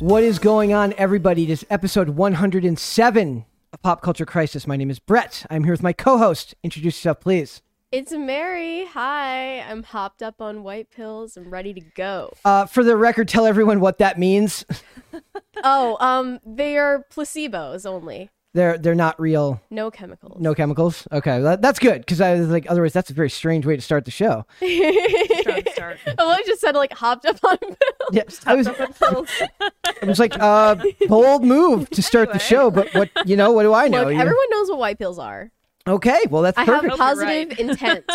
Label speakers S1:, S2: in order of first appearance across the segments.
S1: What is going on, everybody? It is episode 107 of Pop Culture Crisis. My name is Brett. I'm here with my co host. Introduce yourself, please.
S2: It's Mary. Hi. I'm hopped up on white pills. I'm ready to go.
S1: Uh, for the record, tell everyone what that means.
S2: Oh, um, they are placebos only.
S1: They're, they're not real,
S2: No chemicals.
S1: no chemicals. Okay, that, that's good because I was like, otherwise, that's a very strange way to start the show.
S2: I love just said like hopped up on pills.
S1: Yeah, I was, I was like, uh, bold move to start the show, but what, you know, what do I know?
S2: Look,
S1: You-
S2: everyone knows what white pills are.
S1: okay, well, that's
S2: I
S1: perfect.
S2: have
S3: you're
S2: positive intent.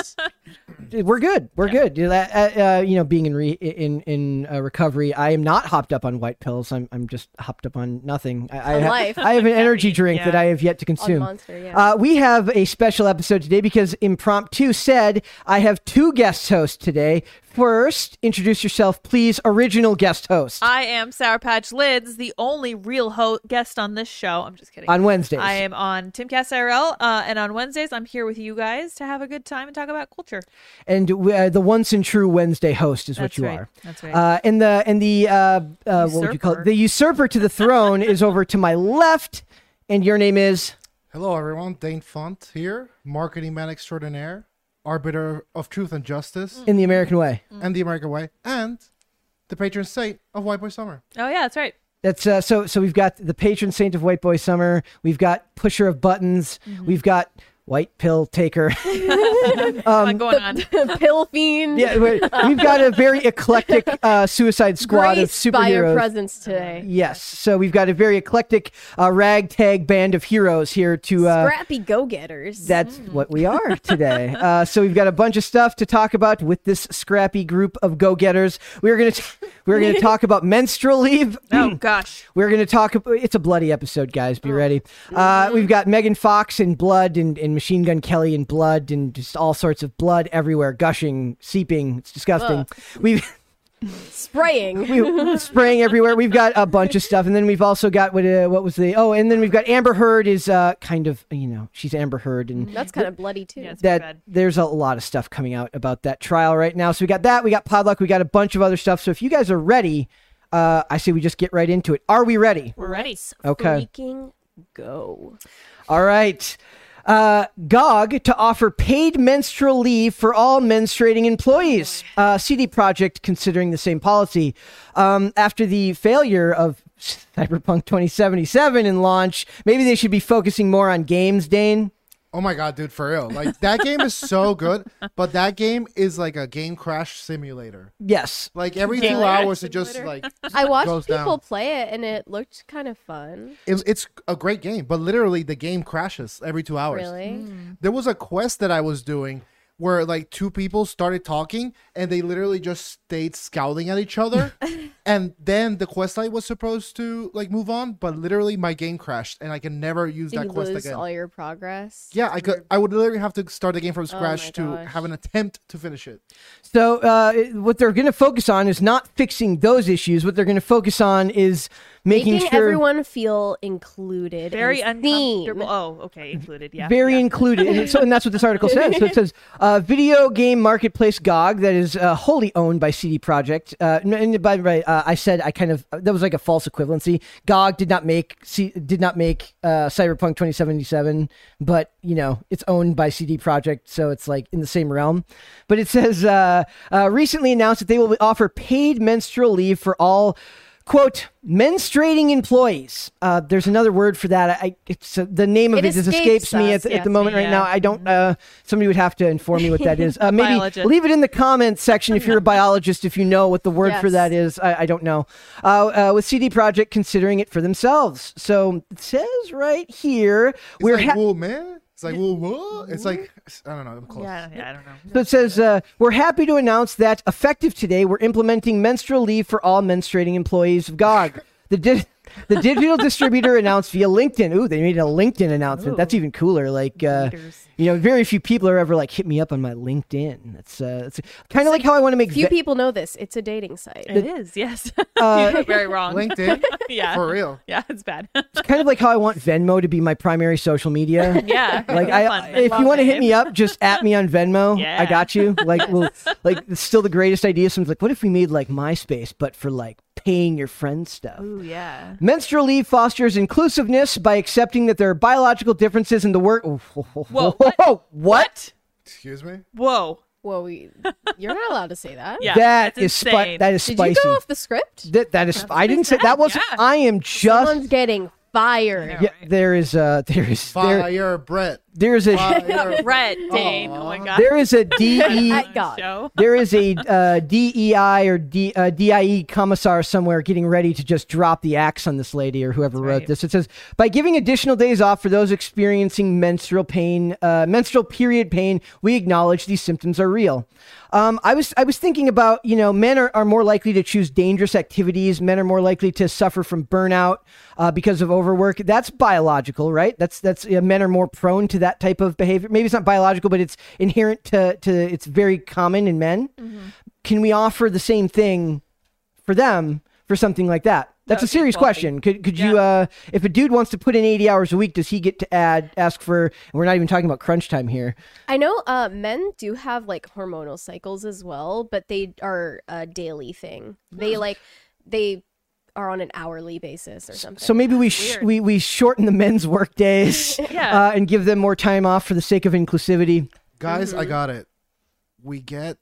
S1: we're good. We're good. You know, uh, uh, you know, being in re- in in uh, recovery, I am not hopped up on white pills. I'm I'm just hopped up on nothing. I, I,
S2: On
S1: ha-
S2: life.
S1: I have an energy drink that I have yet to consume.
S2: Monster, yeah.
S1: uh, we have a special episode today because impromptu said I have two guest hosts today. First, introduce yourself, please. Original guest host
S3: I am Sour Patch Lids, the only real ho- guest on this show. I'm just kidding.
S1: on Wednesdays.
S3: I am on Timcast IRL, uh, and on Wednesdays I'm here with you guys to have a good time and talk about culture.
S1: and uh, the once and true Wednesday host is what
S3: That's
S1: you
S3: right.
S1: are.
S3: That's right.
S1: Uh, and the and the uh, uh, what would you call it?
S3: Usurper.
S1: The usurper to the throne is over to my left, and your name is
S4: Hello, everyone. Dane Font here, marketing man extraordinaire, arbiter of truth and justice,
S1: in the American way.
S4: and the American way, and the patron saint of White Boy Summer.
S3: Oh yeah, that's right.
S1: That's uh, so. So we've got the patron saint of White Boy Summer. We've got pusher of buttons.
S3: Mm-hmm.
S1: We've got white pill taker. um,
S3: a lot going on.
S2: Pill fiend.
S1: yeah, wait, we've got a very eclectic uh, Suicide Squad
S2: Graced
S1: of
S2: by your
S1: superheroes.
S2: presence today.
S1: yes, so we've got a very eclectic uh, ragtag band of heroes here to uh,
S2: Scrappy go getters.
S1: That's what we are today. uh, so we've got a bunch of stuff to talk about with this scrappy group of go-getters. We're gonna t- we're gonna talk about menstrual leave.
S3: oh gosh.
S1: We're gonna talk. ab- It's a bloody episode, guys. Be ready. Uh, we've got Megan Fox and blood, and, and Machine Gun Kelly and blood, and just all sorts of blood everywhere, gushing, seeping. It's disgusting. We've
S2: Spraying.
S1: we spraying everywhere. We've got a bunch of stuff, and then we've also got what uh, what was the oh, and then we've got Amber Heard is uh, kind of you know she's Amber Heard and
S2: That's kind of bloody too.
S3: Yeah, it's pretty
S1: that
S3: bad.
S1: there's a lot of stuff coming out about that trial right now. So we got that, we got Podluck, we got a bunch of other stuff. So if you guys are ready, uh, I say we just get right into it. Are we ready?
S3: We're ready.
S1: Okay.
S2: Freaking go.
S1: All right. Uh, GOG to offer paid menstrual leave for all menstruating employees.
S3: Oh,
S1: Uh, CD Projekt considering the same policy. Um, after the failure of Cyberpunk 2077 in launch, maybe they should be focusing more on games, Dane.
S4: Oh my god, dude, for real. Like that game is so good, but that game is like a game crash simulator.
S1: Yes.
S4: Like every
S3: Game
S4: two
S3: crash
S4: hours, it just like
S2: I
S4: goes
S2: watched people
S4: down.
S2: play it and it looked kind of fun.
S4: It's, it's a great game, but literally the game crashes every two hours.
S2: Really?
S3: Mm.
S4: There was a quest that I was doing where like two people started talking and they literally just stayed scowling at each other and then the quest line was supposed to like move on but literally my game crashed and I can never use
S2: Did
S4: that
S2: you
S4: quest
S2: lose
S4: again.
S2: all your progress?
S4: yeah, I could I would literally have to start the game from scratch to
S2: gosh.
S4: have an attempt to finish it.
S1: So, uh, what they're going to focus on is not fixing those issues. What they're going to focus on is making,
S2: Making,
S1: sure
S2: everyone feel included.
S3: Very
S2: and seen.
S3: uncomfortable. Oh, okay, included. Yeah.
S1: very
S3: yeah.
S1: included. And, so, and that's what this article says. So it says uh, video game marketplace GOG that is uh, wholly owned by CD Projekt. Uh, n- and by the way, uh, I said I kind of that was like a false equivalency. GOG did not make C- did not make uh, Cyberpunk 2077, but you know it's owned by CD Projekt, so it's like in the same realm. But it says uh, uh, recently announced that they will offer paid menstrual leave for all quote menstruating employees uh, there's another word for that I- I, it's, uh, the name of it,
S2: It
S1: just
S2: escapes
S1: escapes me
S2: us,
S1: at, the- at
S2: yes,
S1: the moment right
S3: yeah.
S1: now i don't uh, somebody would have to inform me what that is uh, maybe
S3: Biologist.
S1: leave it in the comments section if you're a biologist if you know what the word for
S2: Yes.
S1: that is i, I don't know uh, uh, with cd project considering it for themselves so it says right here
S4: We're
S1: we're ha-
S4: cool, man. It's like, well, what? It's like, I don't know. I'm close.
S3: Yeah, yeah, I don't know.
S1: So it says, uh, we're happy to announce that effective today, we're implementing menstrual leave for all menstruating employees of GOG. The, di- the digital distributor announced via LinkedIn. Ooh, they made a LinkedIn announcement. That's even cooler. Like, uh,
S3: Leaders.
S1: you know, very few people are ever like, hit me up on my LinkedIn. That's, uh, that's kind of like how I want to make
S2: Few
S1: ve-
S2: people know this. It's a dating site.
S3: It is, yes.
S1: Uh,
S3: You're very wrong.
S4: LinkedIn,
S3: yeah.
S4: for real.
S3: Yeah, it's bad.
S1: it's kind of like how I want Venmo to be my primary social media.
S3: yeah.
S1: Like
S3: it's
S1: I,
S3: fun.
S1: if
S3: Love
S1: you want to
S3: it.
S1: hit me up, just at me on Venmo. I
S3: Yeah.
S1: got you. Like, well, like it's still the greatest idea. Someone's like, what if we made like MySpace, but for like paying your friends stuff?
S3: Ooh, Oh, yeah.
S1: Menstrual leave fosters inclusiveness by accepting that there are biological differences in the Oh, work. Whoa,
S3: Whoa,
S1: what?
S4: Excuse me.
S3: Whoa.
S2: Well, we, you're not allowed to say that.
S3: Yeah.
S1: that
S3: that's
S1: is spi-
S3: insane.
S1: that is
S2: Did
S1: spicy.
S2: you go off the script?
S1: that, that is. I didn't say that wasn't.
S3: yeah.
S1: I am just.
S2: Someone's getting fired.
S1: yeah, there is a there is there,
S4: Fire, Brett.
S1: there is a
S4: Fire.
S3: Brett, Dane. Oh my god.
S1: there is a E de
S2: At God.
S3: Show.
S1: there is a uh, DEI or D, uh, DIE commissar somewhere getting ready to just drop the axe on this lady or whoever wrote this. It says by giving additional days off for those experiencing menstrual pain, uh, menstrual period pain, we acknowledge these symptoms are real. Um, I was I was thinking about you know men are, are more likely to choose dangerous activities. Men are more likely to suffer from burnout uh, because of overwork. That's biological, right? That's that's yeah, men are more prone to that type of behavior. Maybe it's not biological, but it's inherent to to it's very common in men can we offer the same thing for them for something like that? That's a serious question. Could could you uh if a dude wants to put in 80 hours a week, does he get to add ask for and we're not even talking about crunch time here.
S2: I know uh, men do have like hormonal cycles as well, but they are a daily thing. They like they are on an hourly basis or something.
S1: So maybe we sh- we we shorten the men's work days
S3: Yeah.
S1: uh, and give them more time off for the sake of inclusivity.
S4: Guys, I got it. We get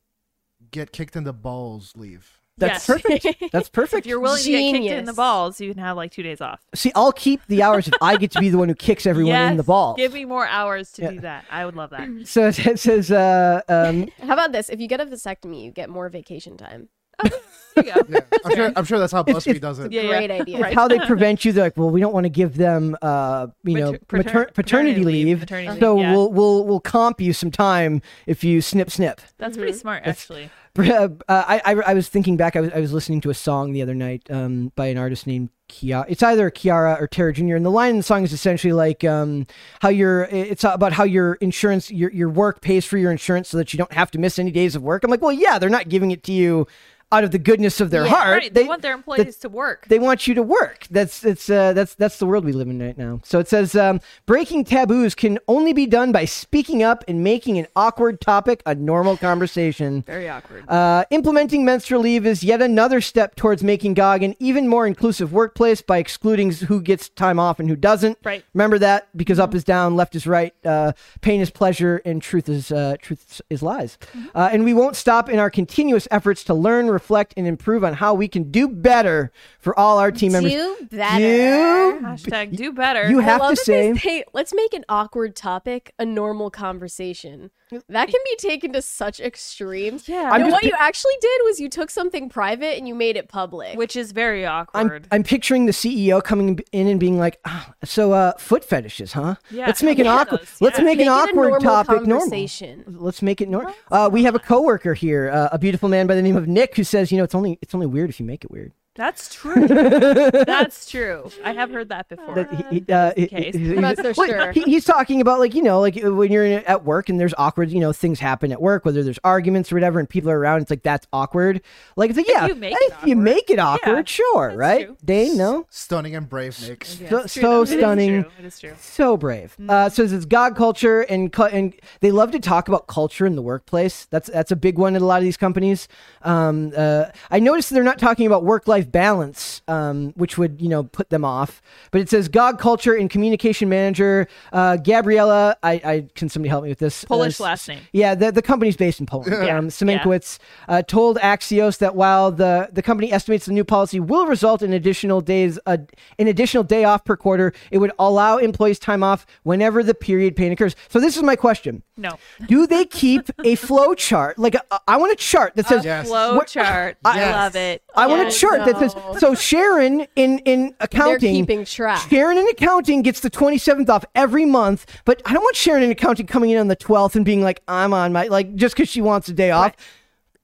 S4: get kicked in the balls. Leave.
S1: That's
S3: Yes.
S1: perfect. That's perfect.
S3: If you're willing to get kicked in the
S2: Genius.
S3: balls, you can have like two days off.
S1: See, I'll keep the hours if I get to be the one who kicks everyone in the
S3: Yes,
S1: ball.
S3: Give me more hours to do that. I would love that.
S1: So it it says uh, um,
S2: How about this? If you get a vasectomy, you get more vacation time.
S3: There you go.
S4: Yeah, I'm sure. I'm sure that's how
S1: It's-
S4: BuzzFeed
S1: it's-
S4: does it.
S3: Yeah, yeah.
S2: Great idea.
S3: Right.
S1: how they prevent you. They're like, well, we don't want to give them, uh, you know,
S3: Pater-
S1: mater-
S3: pater-
S1: paternity, leave.
S3: Paternity leave.
S1: so
S3: yeah.
S1: we'll we'll we'll comp you some time if you snip snip.
S3: That's
S2: Mm-hmm.
S3: pretty smart, actually.
S1: Uh, I, I I was thinking back. I was I was listening to a song the other night um, by an artist named Kiara. It's either Kiara or Tara Jr. And the line in the song is essentially like um, how your it's about how your insurance your your work pays for your insurance so that you don't have to miss any days of work. I'm like, well, yeah, they're not giving it to you out of the goodness of their heart.
S3: Right. They, want their employees to work.
S1: They want you to work. That's it's uh, that's that's the world we live in right now. So it says um, breaking taboos can only be done by speaking up and making an awkward topic a normal conversation.
S3: Very awkward.
S1: Uh, implementing menstrual leave is yet another step towards making GOG an even more inclusive workplace by excluding who gets time off and who doesn't.
S3: Right.
S1: Remember that because
S2: Mm-hmm.
S1: up is down, left is right, uh, pain is pleasure, and truth is uh, truth is lies.
S2: Mm-hmm.
S1: Uh, and we won't stop in our continuous efforts to learn, reflect, and improve on how we can do better for all our team members.
S2: Do better.
S1: You,
S3: Hashtag do better.
S1: you
S2: I
S1: have to
S2: love that they
S1: say.
S2: say, let's make an awkward topic a normal conversation. That can be taken to such extremes.
S3: Yeah.
S1: I'm
S2: And
S1: just
S2: what
S1: pi-
S2: you actually did was you took something private and you made it public.
S3: which is very
S1: I'm,
S3: awkward.
S1: I'm picturing the CEO coming in and being like, ah, "So, uh, foot fetishes, huh?
S3: Yeah,
S1: let's make an
S3: yeah,
S1: awkward.
S3: those,
S1: Let's
S3: yeah.
S1: make,
S2: Make
S1: an
S2: it a
S1: awkward
S2: normal
S1: topic normal.
S2: conversation.
S1: Let's make it normal. Uh, we have a coworker here, uh, a beautiful man by the name of Nick, who says, "You know, it's only it's only weird if you make it weird."
S3: That's true. That's true. I have heard that before.
S1: That he- he- uh, he-
S3: the case.
S1: he's-
S2: That's
S1: he's-
S2: for
S1: well,
S2: sure.
S1: he- he's talking about like you know like uh, when you're in- at work and there's awkward you know things happen at work whether there's arguments or whatever and people are around it's like that's awkward like it's like yeah
S3: you make
S1: if
S3: it
S1: you
S3: awkward.
S1: make it awkward sure
S3: that's
S1: right
S3: true.
S1: Dane no
S4: Stunning and brave, Nick.
S1: so, so stunning
S3: It is true.
S1: so brave.
S3: Mm.
S1: Uh, so it's God culture, and cu- and they love to talk about culture in the workplace. That's that's a big one at a lot of these companies. Um, uh, I noticed they're not talking about work life balance, um, which would you know put them off. But it says God culture and communication manager uh, Gabriella. I, I can somebody help me with this
S3: Polish
S1: Uh,
S3: last name.
S1: yeah, the, the company's based in Poland.
S3: Yeah.
S1: Um, Semenkowitz uh, told Axios that while the, the company estimates the new policy will result in additional days, uh, an additional day off per quarter, it would allow employees time off whenever the period pain occurs. So this is my question.
S3: No.
S1: Do they keep a flow chart? Like, a- I want a chart that says.
S4: Yes.
S3: Flow
S1: What-
S3: chart. I
S4: Yes.
S3: love it.
S1: I want a
S2: Yes,
S1: chart that says
S2: no.
S1: so. Sharon in in
S2: They're
S1: accounting,
S2: keeping track.
S1: Sharon in accounting gets the twenty seventh off every month. But I don't want Sharon in accounting coming in on the twelfth and being like, "I'm on my like," just because she wants a day off.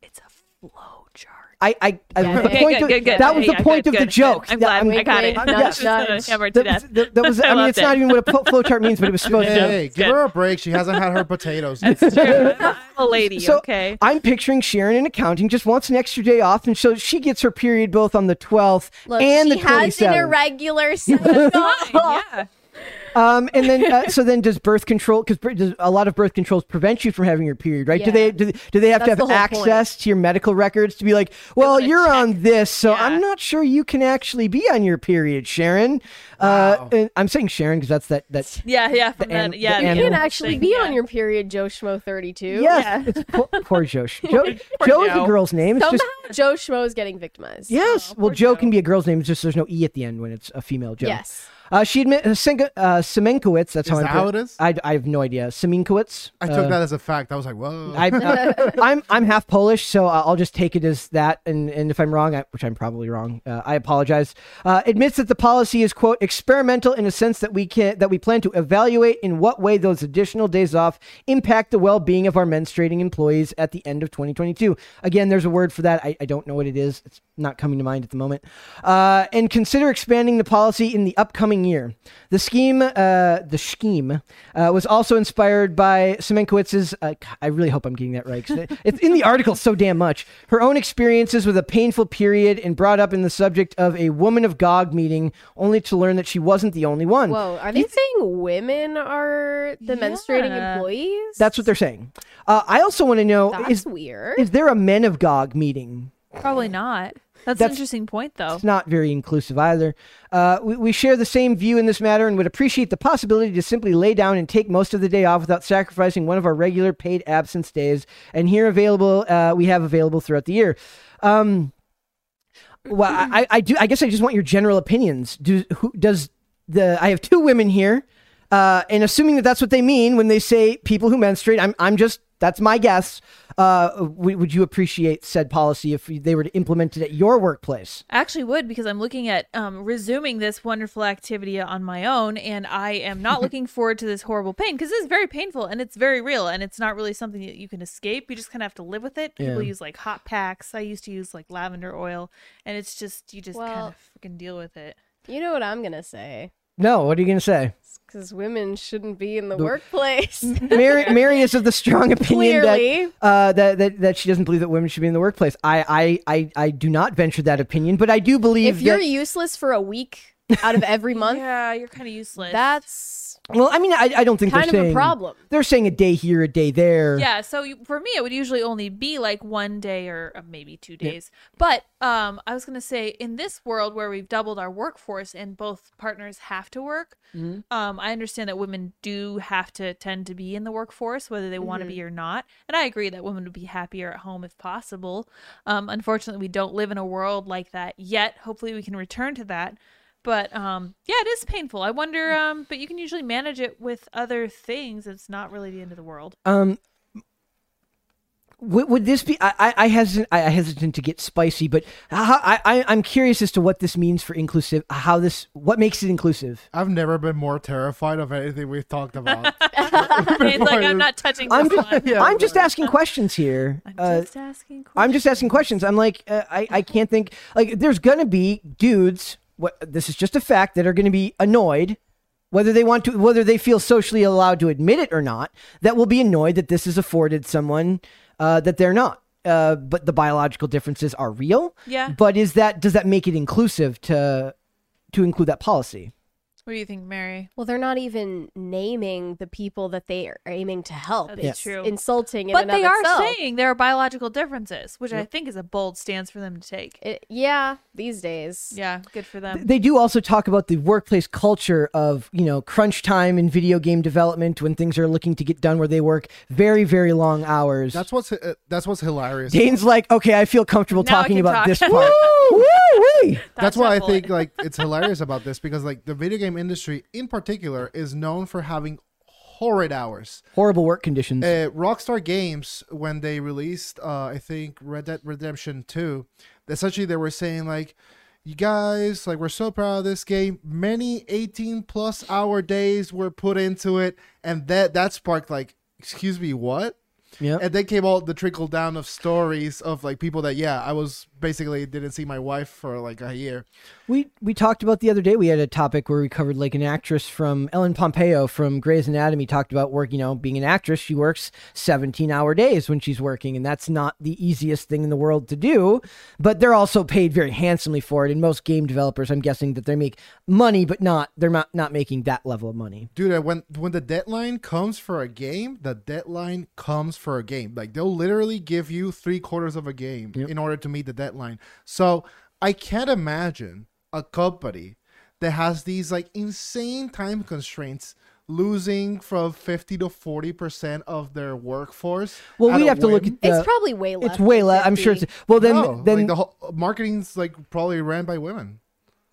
S3: It's a flow chart.
S1: I, I, I
S2: Yeah,
S1: the
S2: okay,
S1: point
S3: good,
S1: of,
S3: good, good.
S1: that was
S3: Yeah,
S1: the point
S3: good,
S1: of the
S3: good, good.
S1: joke.
S3: I'm
S1: That-
S3: glad
S1: mean,
S3: I got
S2: wink,
S3: it.
S2: wink,
S3: Yes.
S2: nudge,
S3: Just
S2: nudge.
S3: hammered to
S1: that,
S3: death.
S1: was- that- that was. I mean,
S3: loved
S1: it's not
S3: it.
S1: even what a flow chart means, but it was supposed to.
S4: Hey, give
S3: good.
S4: her a break. She hasn't had her potatoes.
S3: Sure, I'm a lady, okay?
S1: I'm picturing Sharon in accounting just wants an extra day off, and so she gets her period both on the 12th
S2: Look,
S1: and
S2: she
S1: the
S2: has an
S1: 27th.
S2: irregular cycle.
S1: uh,
S3: yeah.
S1: um, and then uh, so then does birth control because a lot of birth controls prevent you from having your period, right? Do
S2: Yeah.
S1: they do, they- do they have
S2: That's
S1: to have
S2: the whole point.
S1: access to your medical records to be like, well,
S3: like a
S1: you're
S3: check.
S1: on this, so I'm
S3: Yeah.
S1: not sure you can actually be on your period, Sharon. Uh, and I'm saying Sharon because that's that that.
S3: Yeah, yeah. From
S1: an-
S3: that, yeah.
S1: the animal
S3: the
S2: You can
S3: animal
S2: actually
S3: thing,
S2: be
S3: yeah.
S2: on your period, Joe Schmo 32.
S1: Yes, it's poor, poor Joe. Joe,
S3: Poor
S1: Joe is a
S3: Joe.
S1: girl's name. It's
S2: Somehow
S1: just
S2: Joe Schmo is getting victimized.
S1: Yes. well, Joe can be a girl's name. It's just there's no e at the end when it's a female Joe.
S2: Yes.
S1: Uh, she admit uh, Senka, uh, Semenkowitz. That's
S4: Is
S1: how, I
S4: that
S1: pro-
S4: how it is?
S1: I, I have no idea. Semenkowitz.
S4: I took that as a fact. I was like, whoa.
S1: uh, I, I'm I'm half Polish, so I- I'll just take it as that. And, and if I'm wrong, I, which I'm probably wrong, uh, I apologize. Uh, admits that the policy is quote experimental in a sense that we can that we plan to evaluate in what way those additional days off impact the well-being of our menstruating employees at the end of 2022. Again, there's a word for that. I, I don't know what it is. It's not coming to mind at the moment. Uh, and consider expanding the policy in the upcoming year. The scheme, uh, the scheme, uh, was also inspired by Semenkowitz's. Uh, I really hope I'm getting that right. 'cause it- it's in the article so damn much. Her own experiences with a painful period and brought up in the subject of a woman of Gog meeting, only to learn that she wasn't the only one.
S2: Whoa, are they saying women are the menstruating
S3: Yeah.
S2: employees?
S1: That's what they're saying. Uh, I also want to know
S2: That's
S1: is
S2: weird.
S1: is there a men of Gog meeting?
S3: Probably not. That's,
S1: That's-
S3: an interesting point, though.
S1: It's not very inclusive either. Uh, we, we share the same view in this matter and would appreciate the possibility to simply lay down and take most of the day off without sacrificing one of our regular paid absence days. And here available, uh, we have available throughout the year. Um, well, I, I do. I guess I just want your general opinions. Do who does the? I have two women here, uh, and assuming that that's what they mean when they say people who menstruate, I'm I'm just that's my guess. Uh, w- would you appreciate said policy if they were to implement it at your workplace?
S3: I actually would because I'm looking at um, resuming this wonderful activity on my own, and I am not looking forward to this horrible pain because it's very painful and it's very real, and it's not really something that you can escape. You just kind of have to live with it. People
S1: Yeah.
S3: use like hot packs. I used to use like lavender oil, and it's just you just kind
S2: Well-
S3: of freaking deal with it.
S2: you know what I'm going to say?
S1: No, what are you going to say?
S2: Because women shouldn't be in the workplace.
S1: Mm-hmm. Mary, Mary is of the strong opinion that,
S2: Clearly.
S1: uh, that, that that she doesn't believe that women should be in the workplace. I I, I, I do not venture that opinion, but I do believe
S2: if you're
S1: that.
S2: useless for a week out of every month,
S3: Yeah, you're kind of useless.
S2: that's
S1: Well, I mean, I, I don't think
S2: kind of
S1: they're
S2: a
S1: saying-
S2: problem.
S1: They're saying a day here, a day there.
S3: yeah so you, for me it would usually only be like one day or uh, maybe two days but um i was going to say in this world where we've doubled our workforce and both partners have to work um i understand that women do have to tend to be in the workforce whether they want to be or not and i agree that women would be happier at home if possible um unfortunately we don't live in a world like that yet hopefully we can return to that but um yeah it is painful i wonder um but you can usually manage it with other things it's not really the end of the world
S1: Um, would, would this be? I, I, I hesitant. I I hesitant to get spicy, but how, I, I, I'm curious as to what this means for inclusive. How this? What makes it inclusive?
S4: I've never been more terrified of anything we've talked about.
S3: He's like, I'm not touching this
S1: I'm,
S3: one.
S1: I'm just asking questions here. Uh,
S3: just asking questions.
S1: I'm just asking questions. I'm like, uh, I, I can't think. Like, there's gonna be dudes. What this is just a fact that are gonna be annoyed, whether they want to, whether they feel socially allowed to admit it or not. That will be annoyed that this is afforded someone uh, that they're not. Uh, but the biological differences are real.
S3: Yeah.
S1: But is that does that make it inclusive to to include that policy?
S3: What do you think, Mary?
S2: Well, they're not even naming the people that they are aiming to help.
S3: That's
S2: it's
S3: true.
S2: insulting. In
S3: But
S2: and
S3: they
S2: of
S3: are
S2: itself.
S3: saying there are biological differences, which I think is a bold stance for them to take.
S2: It- yeah, these days.
S3: Yeah, good for them.
S1: they do also talk about the workplace culture of you know crunch time in video game development when things are looking to get done where they work very very long hours
S4: That's what's uh, that's what's hilarious.
S1: dane's like okay i feel comfortable
S3: Now I
S1: talking
S3: can
S1: about
S3: talk."
S1: this part Woo, wee.
S4: That's
S3: That's
S4: why I
S3: helpful.
S4: think like it's hilarious about this because like the video game industry in particular is known for having horrid hours.
S1: Horrible work conditions.
S4: Uh, Rockstar Games, when they released, uh, I think Red Dead Redemption Two, essentially they were saying like, "You guys, like, we're so proud of this game. Many 18 plus hour days were put into it, and that that sparked like, excuse me, what?"
S1: yeah.
S4: And then came all the trickle down of stories of like people that yeah, I was basically didn't see my wife for like a year.
S1: We we talked about the other day. We had a topic where we covered like an actress from Ellen Pompeo from Grey's Anatomy talked about work. You know, being an actress, she works seventeen hour days when she's working, and that's not the easiest thing in the world to do. But they're also paid very handsomely for it. And most game developers, I'm guessing that they make money, but not they're not not making that level of money.
S4: dude I- when when the deadline comes for a game the deadline comes for a game like they'll literally give you three quarters of a game in order to meet the deadline so i can't imagine a company that has these like insane time constraints losing from 50 to 40 percent of their workforce
S1: Well,
S4: at
S1: we'd
S4: a
S1: have to look
S4: whim.
S1: at the,
S2: it's probably way less.
S1: it's way less. I'm sure it's well then
S4: No,
S1: then
S4: like the whole marketing's like probably ran by women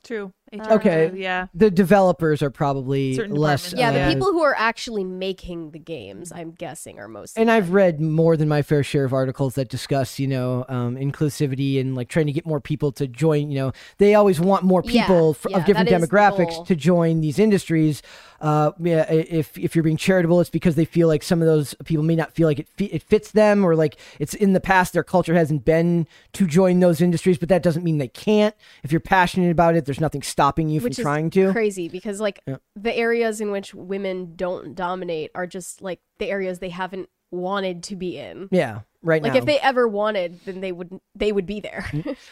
S3: True. HR
S1: Okay.
S3: too, Yeah.
S1: the developers are probably
S3: Certain
S1: less.
S3: departments.
S2: yeah,
S1: uh,
S2: the people who are actually making the games, I'm guessing, are most.
S1: And I've read more than my fair share of articles that discuss, you know, um, inclusivity and like trying to get more people to join. You know, they always want more
S2: Yeah,
S1: people f-
S2: yeah,
S1: of different
S2: that is the
S1: demographics
S2: goal.
S1: to join these industries. Uh, yeah, i- if if you're being charitable, it's because they feel like some of those people may not feel like it fi- it fits them, or like it's in the past their culture hasn't been to join those industries. But that doesn't mean they can't. If you're passionate about it, there's nothing stopping you
S2: which
S1: from
S2: is
S1: trying to.
S2: crazy because like the areas in which women don't dominate are just like the areas they haven't wanted to be in.
S1: yeah, right
S2: Like
S1: now.
S2: if they ever wanted, then they would they would be there.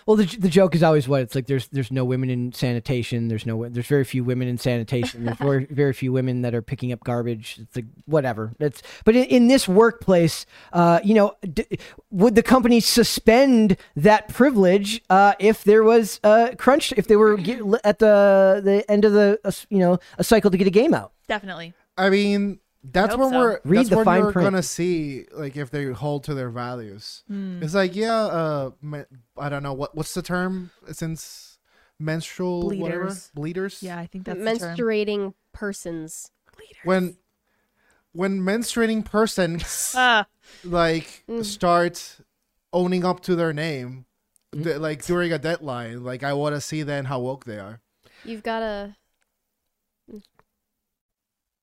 S1: Well, the, the joke is always what it's like. There's there's no women in sanitation. There's no there's very few women in sanitation. There's very, very few women that are picking up garbage. It's like whatever. It's but in, in this workplace, uh, you know, d- would the company suspend that privilege uh, if there was uh, crunch? If they were get, at the the end of the uh, you know a cycle to get a game out?
S3: Definitely.
S4: I mean, that's
S3: Hope
S4: when
S3: so.
S4: we're
S1: Read
S4: that's
S1: the
S4: when
S1: fine
S4: we're
S1: print.
S4: gonna see like if they hold to their values.
S3: Hmm.
S4: It's like yeah, uh, me- I don't know what what's the term since menstrual whatever
S3: Bleeders.
S4: bleeders.
S3: Yeah, I think that's the term.
S2: Menstruating persons.
S4: When when menstruating person
S3: Ah, Hmm.
S4: like start owning up to their name,
S1: Mm-hmm.
S4: th- like during a deadline, like I want to see then how woke they are.
S2: You've got a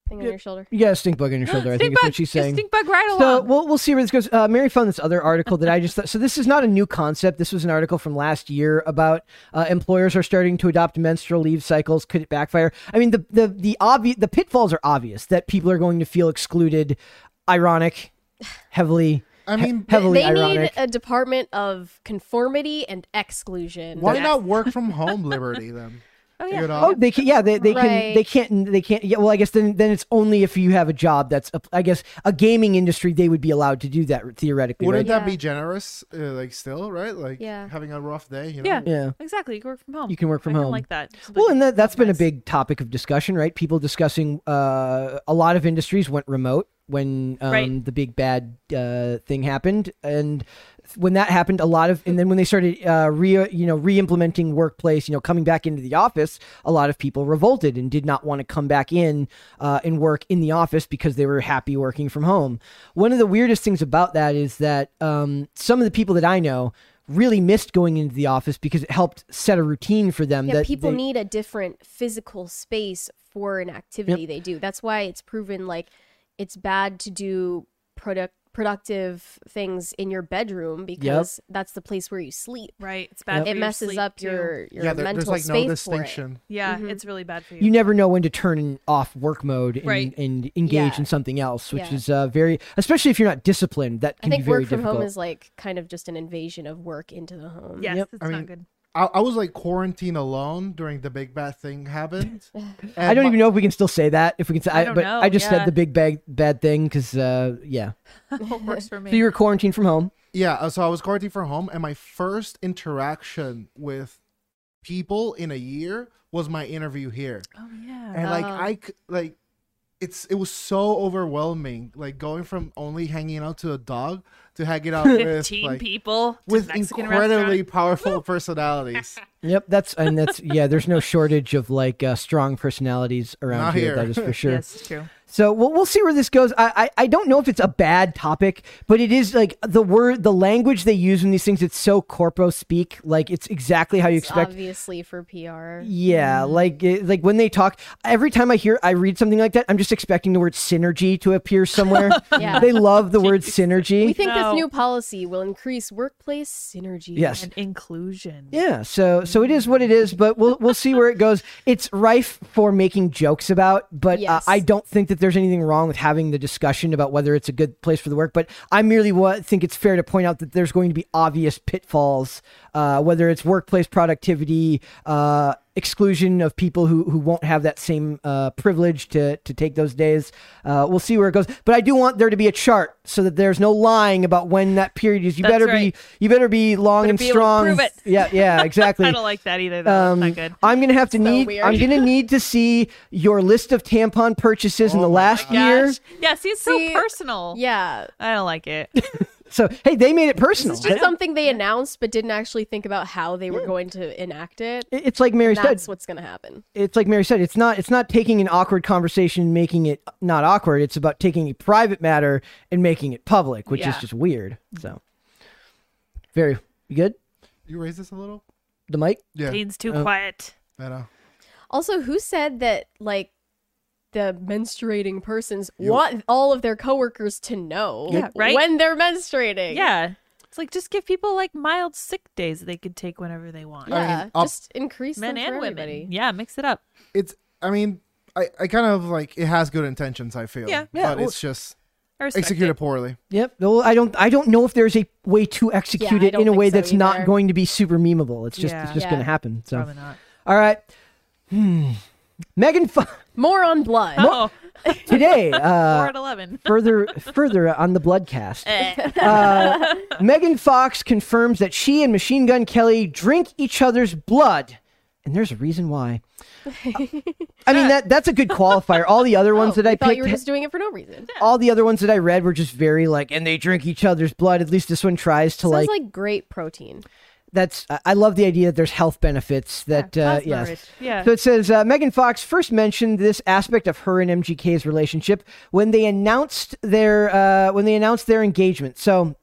S2: thing on your shoulder.
S1: You got a stink bug on your shoulder. I
S3: stink
S1: think is
S3: bug.
S1: what she's
S3: Just
S1: saying.
S3: Stink bug right
S1: So
S3: along.
S1: we'll, we'll see where this goes. Uh, Mary found this other article that I just thought. So this is not a new concept. This was an article from last year about uh, employers are starting to adopt menstrual leave cycles. Could it backfire? I mean, the the the obvious the pitfalls are obvious that people are going to feel excluded. Ironic, heavily.
S4: I
S1: he-
S4: mean,
S1: heavily
S2: they need
S1: ironic.
S2: a department of conformity and exclusion.
S4: Why not work from home liberty then?
S3: oh
S4: You
S3: yeah.
S4: know?
S1: Oh, they can. Yeah, they, they can.
S2: Right.
S1: They can't. They can't. Yeah. Well, I guess then then it's only if you have a job that's. a- I guess a gaming industry they would be allowed to do that theoretically.
S4: Wouldn't
S1: Right?
S4: that be generous? Uh, like still, right? Like
S2: Yeah.
S4: having a rough day. You know?
S3: Yeah.
S1: yeah.
S3: Exactly. You can work from home.
S1: You can work
S3: I
S1: from
S3: kinda
S1: home.
S3: like that. It's
S1: Well,
S3: like-
S1: and that, that's been a
S3: nice.
S1: big topic of discussion, right? People discussing uh, a lot of industries went remote when um,
S3: Right.
S1: the big bad uh, thing happened, and when that happened, a lot of and then when they started uh, re you know re-implementing workplace, you know, coming back into the office, a lot of people revolted and did not want to come back in uh, and work in the office because they were happy working from home. One of the weirdest things about that is that um, some of the people that I know really missed going into the office because it helped set a routine for them
S2: Yeah,
S1: that
S2: people
S1: they-
S2: need a different physical space for an activity they do. That's why it's proven like it's bad to do product productive things in your bedroom because that's the place where you sleep.
S3: Right. It's bad. for
S2: It
S3: your
S2: messes
S3: sleep,
S2: up
S3: too.
S2: your your
S4: yeah, there-
S2: mental
S4: there's like
S2: space
S4: no distinction.
S3: Yeah, it's really bad for you.
S1: you never know when to turn off work mode and,
S3: Right.
S1: and engage
S2: Yeah.
S1: in something else, which
S2: Yeah.
S1: is uh, very, especially if you're not disciplined, that
S2: for it. I
S1: can be
S2: think
S1: very
S2: work from
S1: difficult.
S2: home is like kind of just an invasion of work into the home.
S3: yes,
S1: Yep.
S3: it's
S4: I mean,
S3: not good.
S4: I, I was like quarantined alone during the big bad thing happened.
S1: I
S2: uh,
S1: don't even know if we can still say that. If we can say,
S3: I
S1: I
S3: don't
S1: but
S3: know,
S1: I just
S3: yeah.
S1: said the big bad, bad thing because, uh, yeah.
S3: works for me.
S1: So you were quarantined from home.
S4: Yeah, uh, so I was quarantined from home, and my first interaction with people in a year was my interview here,
S3: oh yeah.
S4: and like
S2: Oh.
S4: I c- like, it's it was so overwhelming. Like going from only hanging out to a dog to hanging out with
S3: Fifteen
S4: like,
S3: people to
S4: with
S3: Mexican
S4: incredibly
S3: restaurant.
S4: powerful personalities.
S1: Yep. That's, and that's, yeah, there's no shortage of like uh, strong personalities around
S4: Not
S1: here,
S4: here.
S1: That is for sure.
S3: Yes, it's true.
S1: So we'll, we'll see where this goes. I, I, I don't know if it's a bad topic, but it is like the word, the language they use in these things. It's so corpo speak. Like it's exactly how you
S2: It's
S1: expect.
S2: obviously for PR.
S1: Yeah, like it- like when they talk, every time I hear I read something like that, I'm just expecting the word synergy to appear somewhere.
S2: Yeah.
S1: They love the word synergy.
S2: We think
S3: No.
S2: this new policy will increase workplace synergy.
S1: yes.
S3: and inclusion.
S1: Yeah, so so it is what it is, but we'll we'll see where it goes. It's rife for making jokes about, but
S2: Yes.
S1: uh, I don't think that there's anything wrong with having the discussion about whether it's a good place for the work. But I merely wa- think it's fair to point out that there's going to be obvious pitfalls, uh, whether it's workplace productivity, uh, exclusion of people who who won't have that same uh, privilege to to take those days. Uh, we'll see where it goes, but I do want there to be a chart so that there's no lying about when that period is. You
S3: That's
S1: better
S3: right.
S1: be you better be long
S3: Better
S1: and
S3: be able to
S1: strong.
S3: prove it.
S1: Yeah, yeah, exactly.
S3: I don't like that either. Though. That's not good.
S1: um, I'm gonna have to need.
S2: weird.
S1: I'm gonna need to see your list of tampon purchases in
S2: Oh
S1: the last year.
S3: Gosh. Yeah, see, it's
S2: See,
S3: so personal.
S2: Yeah.
S3: I don't like it.
S1: So hey, they made it personal.
S2: It's just something they announced but didn't actually think about how they were going to enact it.
S1: It- it's like Mary said.
S2: That's what's going to happen.
S1: It's like Mary said. It's not. It's not taking an awkward conversation and making it not awkward. It's about taking a private matter and making it public, which is
S3: Yeah.
S1: just weird. So very you good.
S4: You raise this a little?
S1: The mic.
S4: Yeah.
S3: Dean's too quiet.
S4: I know.
S2: Also, who said that like the menstruating persons want all of their coworkers to know
S3: Yeah, right?
S2: when they're menstruating?
S3: Yeah. It's like just give people like mild sick days that they could take whenever they want.
S4: mean,
S2: Yeah,
S4: up-
S2: just increase
S3: Men
S2: them for
S3: and women.
S2: everybody.
S3: Yeah, mix it up.
S4: It's, I mean, I, I kind of like, it has good intentions, I feel.
S3: Yeah.
S1: Yeah,
S4: But
S1: well-
S4: it's just
S3: I respect
S4: executed
S3: it.
S4: poorly.
S1: Yep. Well, I don't. I don't know if there's a way to execute
S2: Yeah, I
S1: it in a
S2: don't
S1: way
S2: think so
S1: that's not
S2: either.
S1: going to be super memeable. It's just.
S3: Yeah.
S1: It's just
S2: Yeah.
S1: going to happen. So.
S3: Probably not.
S1: All right. Hmm. Megan Fo-
S2: More on blood.
S3: Oh,
S1: today.
S3: four
S1: Uh,
S3: at eleven.
S1: further further on the Bloodcast.
S3: Eh.
S1: Uh, Megan Fox confirms that she and Machine Gun Kelly drink each other's blood, and there's a reason why. I mean that that's a good qualifier. All the other ones
S2: Oh,
S1: that I
S2: thought
S1: picked
S2: you were just doing it for no reason. Sounds
S1: all the other ones that I read were just very like, and they drink each other's blood. At least this one tries to like,
S2: like, great protein.
S1: That's I- I love the idea that there's health benefits that yeah, uh,
S3: plasma
S1: yes.
S3: rich, yeah.
S1: So it says uh, Megan Fox first mentioned this aspect of her and MGK's relationship when they announced their uh, when they announced their engagement. So.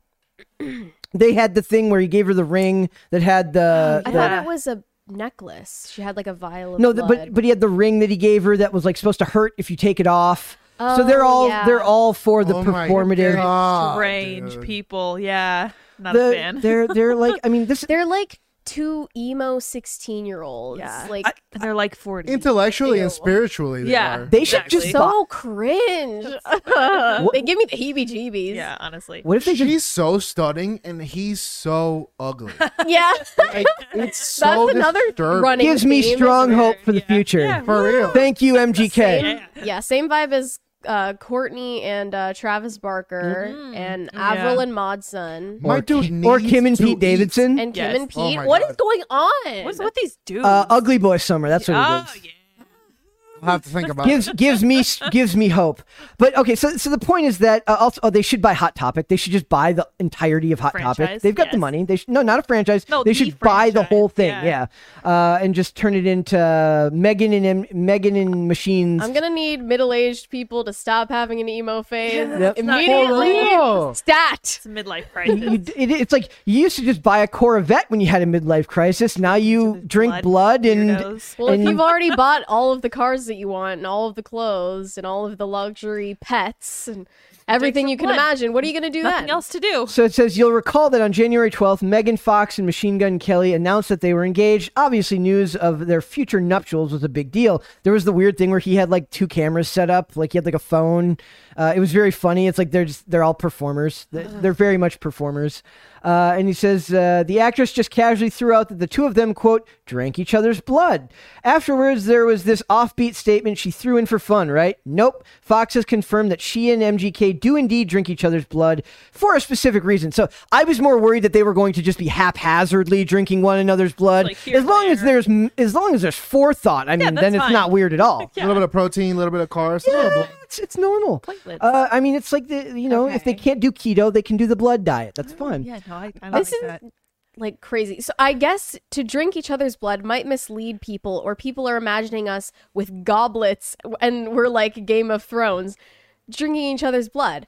S1: They had the thing where he gave her the ring that had the,
S2: Oh, I
S1: the-
S2: thought it was a necklace. She had like a vial of
S1: no, the,
S2: blood.
S1: but but he had the ring that he gave her that was like supposed to hurt if you take it off. so they're
S2: Oh,
S1: all
S2: yeah.
S1: they're all for the
S4: Oh my
S1: performative.
S4: God,
S3: Strange
S4: dude.
S3: people. Yeah. Not a
S1: The,
S3: fan.
S1: they're they're like I mean this
S2: They're like two emo 16 year olds.
S3: Yeah.
S2: Like,
S3: I- they're like forty.
S4: Intellectually
S2: Ew.
S4: and spiritually, they
S3: Yeah.
S4: are.
S1: they should just
S3: Exactly.
S1: stop.
S2: so cringe. they give me the heebie jeebies.
S3: yeah, honestly.
S1: What if they just
S4: She's so stunning and he's so ugly.
S2: Yeah.
S4: Like, it's so
S2: That's another
S4: disturbing.
S2: running
S1: gives me
S2: theme.
S1: strong hope for the future.
S3: Yeah.
S4: For real.
S1: Thank you, MGK.
S3: Yeah.
S2: Yeah, same vibe as uh, Courtney and uh, Travis Barker
S1: Mm-hmm.
S2: and Avril
S3: Yeah.
S2: and Modson
S4: My dude
S1: or
S4: needs
S1: Kim and
S4: to
S1: Pete
S4: eat.
S1: Davidson.
S2: and
S3: Yes.
S2: Kim and
S4: Oh
S2: Pete.
S4: my
S2: what
S4: God.
S2: is going on?
S3: What's with these dudes?
S1: uh, Ugly Boy Summer. That's what
S3: Oh
S1: it is.
S3: yeah.
S4: I'll have to think about it.
S1: Gives gives me gives me hope. But okay, so so the point is that uh, also oh, they should buy Hot Topic. They should just buy the entirety of Hot Topic.
S3: Franchise,
S1: They've got the
S3: yes.
S1: money. They should, no, not a franchise.
S3: No,
S1: they
S3: the
S1: should buy the
S3: franchise,
S1: whole thing. Yeah,
S3: yeah.
S1: Uh, and just turn it into Megan and M- Megan and Machines.
S2: I'm gonna need middle-aged people to stop having an emo phase
S1: Yep. It's not cool.
S2: immediately. Stat.
S3: It's a midlife
S1: You-
S3: crisis.
S1: it- it's like you used to just buy a Corvette when you had a midlife crisis. Now you drink blood, and
S3: weirdos.
S2: Well,
S1: And-
S2: if you've already bought all of the cars that you want, and all of the clothes, and all of the luxury pets, and everything
S3: some
S2: you can
S3: blood.
S2: imagine, what are you gonna do
S3: nothing
S2: then?
S3: else to do.
S1: So it says you'll recall that on January 12th, Megan Fox and Machine Gun Kelly announced that they were engaged. Obviously, news of their future nuptials was a big deal. There was the weird thing where he had like two cameras set up, like he had like a phone. Uh, it was very funny. It's like they're just they're all performers. They're, they're very much performers. Uh, and he says uh, the actress just casually threw out that the two of them quote drank each other's blood. Afterwards, there was this offbeat statement she threw in for fun, right? Nope. Fox has confirmed that she and MGK do indeed drink each other's blood for a specific reason. So I was more worried that they were going to just be haphazardly drinking one another's blood.
S3: Like here
S1: as long
S3: and
S1: as there's as long as there's forethought, I mean,
S3: that's
S1: then it's
S3: fine.
S1: not weird at all.
S4: A little bit of protein, a little bit of carbs. a little bit of blood.
S1: It's, it's normal.
S3: Platelets.
S1: Uh, I mean, it's like the you know, if they
S2: Okay.
S1: can't do keto, they can do the blood diet. That's fine.
S3: Yeah, no, I, I don't
S2: This
S3: like
S2: is-
S3: that.
S2: like crazy. So I guess to drink each other's blood might mislead people, or people are imagining us with goblets and we're like Game of Thrones drinking each other's blood.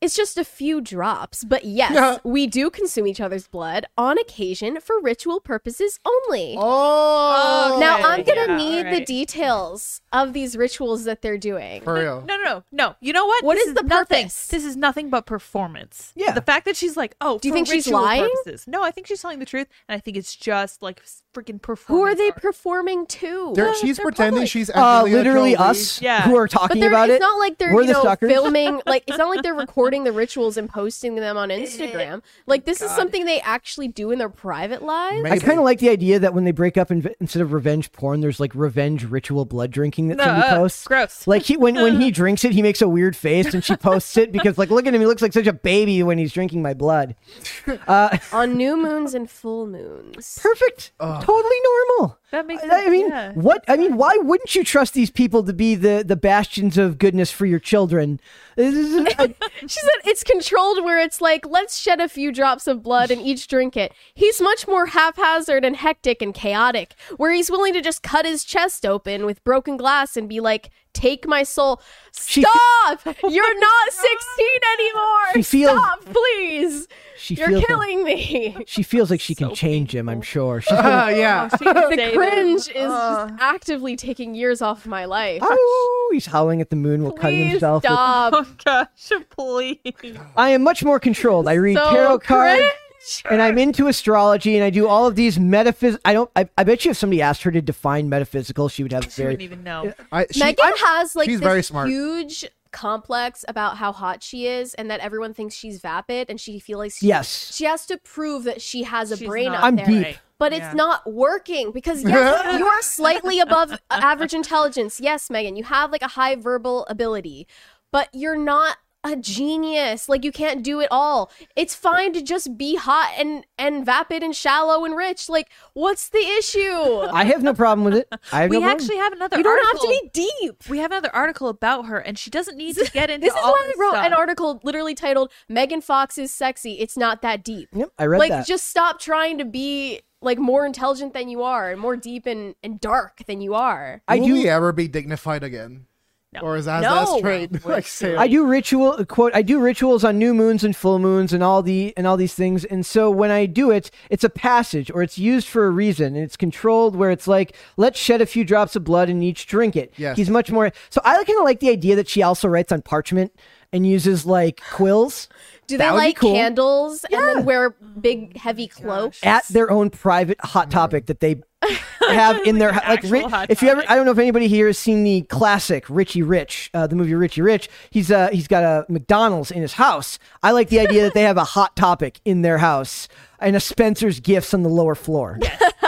S2: It's just a few drops, but yes,
S4: Yeah.
S2: we do consume each other's blood on occasion for ritual purposes only.
S4: Oh,
S2: now I'm gonna
S3: yeah,
S2: need the
S3: alright.
S2: details of these rituals that they're doing.
S4: for real.
S3: No, no, no, no. You know what?
S2: What
S3: This
S2: is the
S3: nothing.
S2: purpose?
S3: This is nothing but performance.
S1: Yeah.
S3: The fact that she's like, oh,
S2: Do you
S3: for
S2: think she's
S3: ritual
S2: lying?
S3: Purposes. No, I think she's telling the truth, and I think it's just like s- freaking performance.
S2: Who are they
S3: art.
S2: performing to?
S4: They're,
S3: Well,
S4: she's
S3: they're
S4: pretending
S3: public.
S4: she's
S1: Uh,
S4: Angelina
S1: literally
S4: Jolie.
S1: us
S3: Yeah.
S1: who are
S2: but
S1: talking
S2: they're,
S1: about
S2: it's
S1: it.
S2: not like they're
S1: We're
S2: you
S1: the
S2: know
S1: suckers.
S2: filming like it's not like they're recording the rituals and posting them on Instagram. Like this is something they actually do in their private lives.
S1: I
S4: Maybe.
S1: kind of like the idea that when they break up, inv- instead of revenge porn, there's like revenge ritual blood drinking that
S3: No,
S1: somebody
S3: uh,
S1: posts.
S3: gross.
S1: Like he when when he drinks it, he makes a weird face, and she posts it because like look at him, he looks like such a baby when he's drinking my blood.
S2: on new moons and full moons.
S1: Perfect, totally normal.
S3: That makes
S1: I, I mean,
S3: sense, yeah.
S1: what? I mean, why wouldn't you trust these people to be the the bastions of goodness for your children? This is- I-
S2: She said it's controlled where it's like, let's shed a few drops of blood and each drink it. He's much more haphazard and hectic and chaotic, where he's willing to just cut his chest open with broken glass and be like, take my soul.
S1: She-
S2: Stop! You're not 16 anymore!
S1: She feels-
S2: Stop, please!
S1: she
S2: You're
S1: feels like,
S2: killing me!
S1: she feels like she can change him. I'm sure. She's gonna-
S4: Ah, yeah.
S3: She can
S2: The
S3: say
S2: cringe is
S3: that.
S2: just actively taking years off my life.
S1: oh, he's howling at the moon while cutting
S2: Please
S1: himself. with-
S2: stop.
S3: Oh gosh, please.
S1: I am much more controlled. I read
S2: So
S1: tarot cards.
S2: cringe.
S1: and I'm into astrology and I do all of these metaphys. I don't. I, I bet you if somebody asked her to define metaphysical, she would have
S3: She wouldn't
S1: very.
S3: even know.
S4: I, she,
S2: Megan has like
S4: she's
S2: this
S4: very smart.
S2: huge complex about how hot she is and that everyone thinks she's vapid and she feels like she,
S1: Yes,
S2: she has to prove that she has a
S3: She's
S2: brain
S3: not
S2: up
S1: I'm
S2: there.
S1: deep.
S2: But it's
S3: Yeah.
S2: not working because yes, you are slightly above average intelligence. Yes, Megan, you have like a high verbal ability, but you're not a genius. Like you can't do it all. It's fine to just be hot and and vapid and shallow and rich. Like what's the issue?
S1: I have no problem with it. I have
S3: We
S1: no problem.
S3: actually have another.
S2: You don't have
S3: article.
S2: to be deep.
S3: We have another article about her, and she doesn't need to get into
S2: This is
S3: all
S2: why I wrote
S3: stuff.
S2: an article literally titled "Megan Fox is sexy. It's not that deep."
S1: Yep, I read
S2: like,
S1: that.
S2: just stop trying to be like more intelligent than you are, and more deep and, and dark than you are.
S1: I
S4: will
S1: do-
S4: we ever be dignified again?
S3: No.
S4: Or is that
S2: No.
S4: that's straight? Like, say,
S1: I do ritual quote. I do rituals on new moons and full moons and all the and all these things. And so when I do it, it's a passage or it's used for a reason and it's controlled where it's like let's shed a few drops of blood and each drink it.
S4: Yes.
S1: he's much more. So I kind of like the idea that she also writes on parchment and uses like quills.
S2: Do
S1: That
S2: they
S1: would be
S2: like
S1: cool.
S2: candles and then wear big heavy cloaks?
S1: at their own private hot
S3: Mm.
S1: topic that they have in their like
S3: Actual
S1: ri-
S3: hot
S1: if you ever
S3: topic.
S1: I don't know if anybody here has seen the classic Richie Rich uh, the movie Richie Rich he's uh he's got a McDonald's in his house I like the idea that they have a hot topic in their house and a Spencer's gifts on the lower floor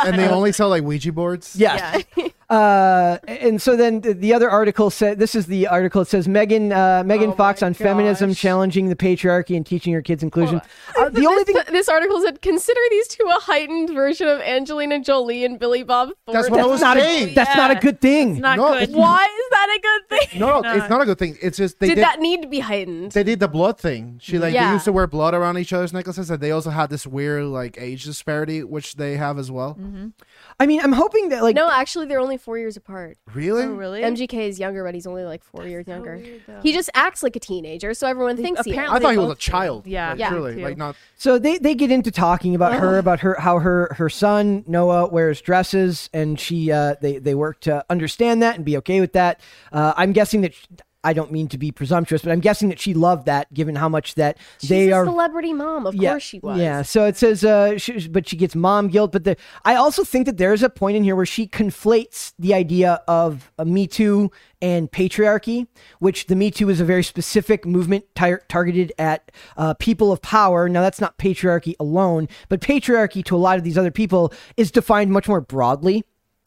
S4: and they only sell like Ouija boards.
S1: Yes. Uh, and so then the- the other article said, this is the article. It says Megan uh, Megan
S3: Oh
S1: Fox on feminism, challenging the patriarchy, and teaching her kids inclusion. Uh, the only thing
S2: Th- This article said, "Consider these two a heightened version of Angelina Jolie and Billy Bob
S4: That's
S2: Thornton."
S4: what I was
S1: not a,
S4: saying.
S1: that's not a
S3: Yeah.
S1: good thing.
S3: Not
S4: No,
S3: good. Oh,
S4: it's
S2: Why is that a good thing?
S4: No, no, it's not a good thing. It's just they
S2: Did
S4: did,
S2: that need to be heightened?
S4: they did the blood thing. She like
S2: Yeah.
S4: they used to wear blood around each other's necklaces, and they also had this weird like age disparity, which they have as well.
S3: Mm-hmm.
S1: I mean, I'm hoping that like
S2: No, actually, they're only four years apart.
S4: Really?
S3: Oh, really?
S2: MGK is younger, but he's only like four years younger. he just acts like a teenager, so everyone thinks
S4: I
S3: apparently-
S4: thought he
S3: They
S4: was a
S3: both do.
S4: child.
S3: Yeah.
S4: like,
S3: Yeah.
S4: truly,
S3: Me
S4: like
S3: too.
S4: not.
S1: So they, they get into talking about her, about her how her her son Noah wears dresses, and she uh, they they work to understand that and be okay with that. Uh, I'm guessing that sh I don't mean to be presumptuous, but I'm guessing that she loved that, given how much that
S2: She's
S1: they
S2: a
S1: are.
S2: celebrity mom. Of course she was.
S1: Yeah. So it says, uh, she, but she gets mom guilt. But the, I also think that there is a point in here where she conflates the idea of a Me Too and patriarchy, which the Me Too is a very specific movement tar- targeted at uh, people of power. Now, that's not patriarchy alone, but patriarchy to a lot of these other people is defined much more broadly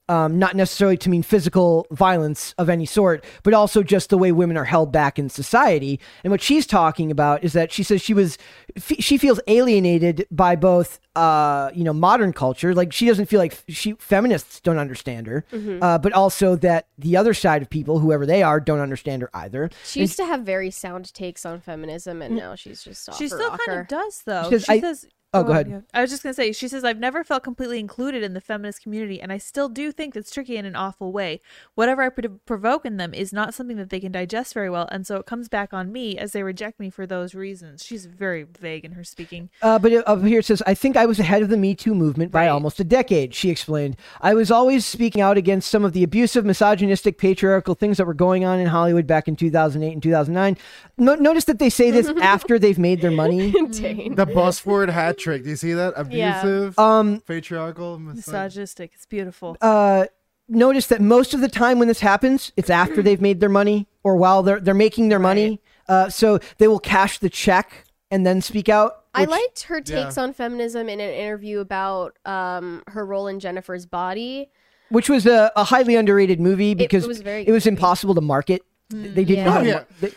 S1: um, not necessarily to mean physical violence of any sort, but also just the way women are held back in society. And what she's talking about is that she says she was, f- she feels alienated by both, uh, you know, modern culture. Like she doesn't feel like she feminists don't understand her, uh, but also that the other side of people, whoever they are, don't understand her either.
S2: She used to have very sound takes on feminism, and now she's just off
S3: She
S2: her
S3: still
S2: rocker.
S3: kind of does though.
S1: She
S3: She,
S1: says, I-
S3: says
S1: Oh, go ahead.
S3: I was just going to say, she says, I've never felt completely included in the feminist community, and I still do think that's tricky in an awful way. Whatever I pro- provoke in them is not something that they can digest very well, and so it comes back on me as they reject me for those reasons. She's very vague in her speaking.
S1: Uh, but it- up here it says, I think I was ahead of the Me Too movement by almost a decade, she explained. I was always speaking out against some of the abusive, misogynistic, patriarchal things that were going on in Hollywood back in 2008 and 2009. No- notice that they say this after they've made their money.
S2: Dane.
S4: The buzzword hat trick. Do you see that?
S2: Yeah.
S4: Abusive,
S1: Um,
S4: patriarchal, misogynistic.
S3: Misogynistic. It's beautiful.
S1: uh, notice that most of the time when this happens, it's after they've made their money or while they're, they're making their money. Uh, so they will cash the check and then speak out.
S2: I
S1: which-
S2: liked her takes
S4: Yeah.
S2: on feminism in an interview about um, her role in Jennifer's body.
S1: which was a, a highly underrated movie because it
S2: was
S1: was,
S2: very good.
S1: impossible to market. They didn't know
S2: Yeah.
S1: how to,
S4: Yeah.
S1: mar- they,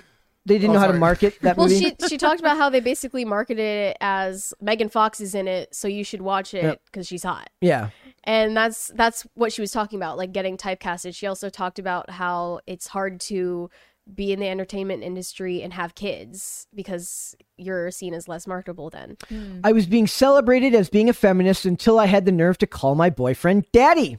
S1: they didn't
S4: Oh,
S1: know how to
S4: sorry.
S1: market that
S2: Well,
S1: movie.
S2: she she talked about how they basically marketed it as Megan Fox is in it, so you should watch it because she's hot.
S1: yeah,
S2: and that's that's what she was talking about like getting typecasted she also talked about how it's hard to be in the entertainment industry and have kids because you're seen as less marketable then
S1: I was being celebrated as being a feminist until I had the nerve to call my boyfriend daddy.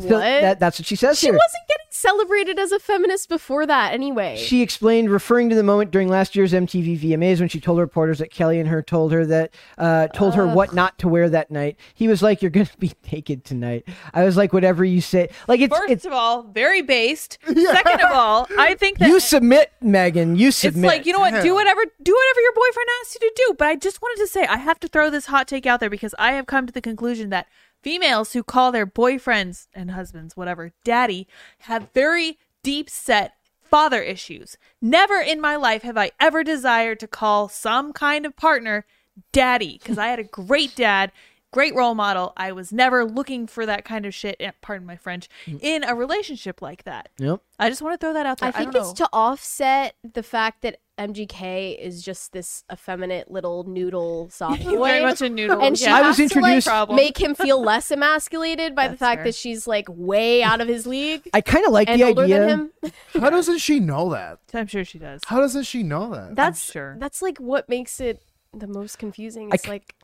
S1: So
S2: What?
S1: that- that's what she says
S2: she
S1: here.
S2: wasn't getting celebrated as a feminist before that anyway
S1: She explained, referring to the moment during last year's MTV VMAs when she told reporters that Kelly and her told her that uh, told her what not to wear that night. He was like, "You're gonna be naked tonight." I was like, "Whatever you say." Like it's
S3: First
S1: Oh, it's
S3: of all, very based. Second of all, I think that
S1: you submit, Megan. You
S3: It's
S1: submit.
S3: like you know what?
S4: Yeah.
S3: Do whatever do whatever your boyfriend asks you to do. But I just wanted to say I have to throw this hot take out there because I have come to the conclusion that females who call their boyfriends and husbands, whatever, daddy, have very deep set father issues. Never in my life have I ever desired to call some kind of partner daddy because I had a great dad. Great role model. I was never looking for that kind of shit. eh, Pardon my French. In a relationship like that,
S1: Yep.
S3: I just want to throw that out there.
S2: i think
S3: don't
S2: it's
S3: know.
S2: to offset the fact that mgk is just this effeminate little noodle soft boy
S3: very much a noodle.
S2: and she
S3: Yeah.
S1: I
S2: has
S1: was introduced-
S2: to like,
S3: Problem.
S2: make him feel less emasculated by the fact
S3: fair.
S2: that she's like way out of his league
S1: I kind of like
S2: and
S1: the
S2: older
S1: idea.
S2: than him
S4: How doesn't she know that?
S3: I'm sure she does.
S4: How doesn't she know that?
S2: That's
S3: sure.
S2: That's like what makes it the most confusing.
S1: I
S2: It's
S1: c-
S2: like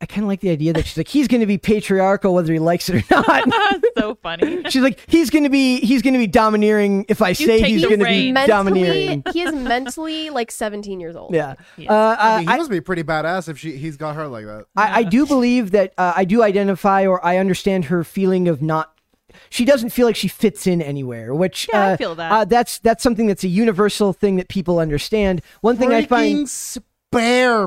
S1: I kind of like the idea that she's like, he's going to be patriarchal whether he likes it or not.
S3: so funny.
S1: she's like, he's going to be, he's going to be domineering if I say
S3: take
S1: he's
S3: the
S1: going to be
S3: reins.
S2: mentally,
S1: domineering.
S2: he is mentally like 17 years old.
S1: Yeah. Uh, I-
S4: I mean, he
S1: I,
S4: must be pretty badass if she he's got her like that.
S1: I, I do believe that uh, I do identify or I understand her feeling of not. She doesn't feel like she fits in anywhere, which
S3: Yeah, I
S1: uh,
S3: feel that.
S1: Uh, that's that's something that's a universal thing that people understand. One thing I
S4: Freaking
S1: find,
S4: spare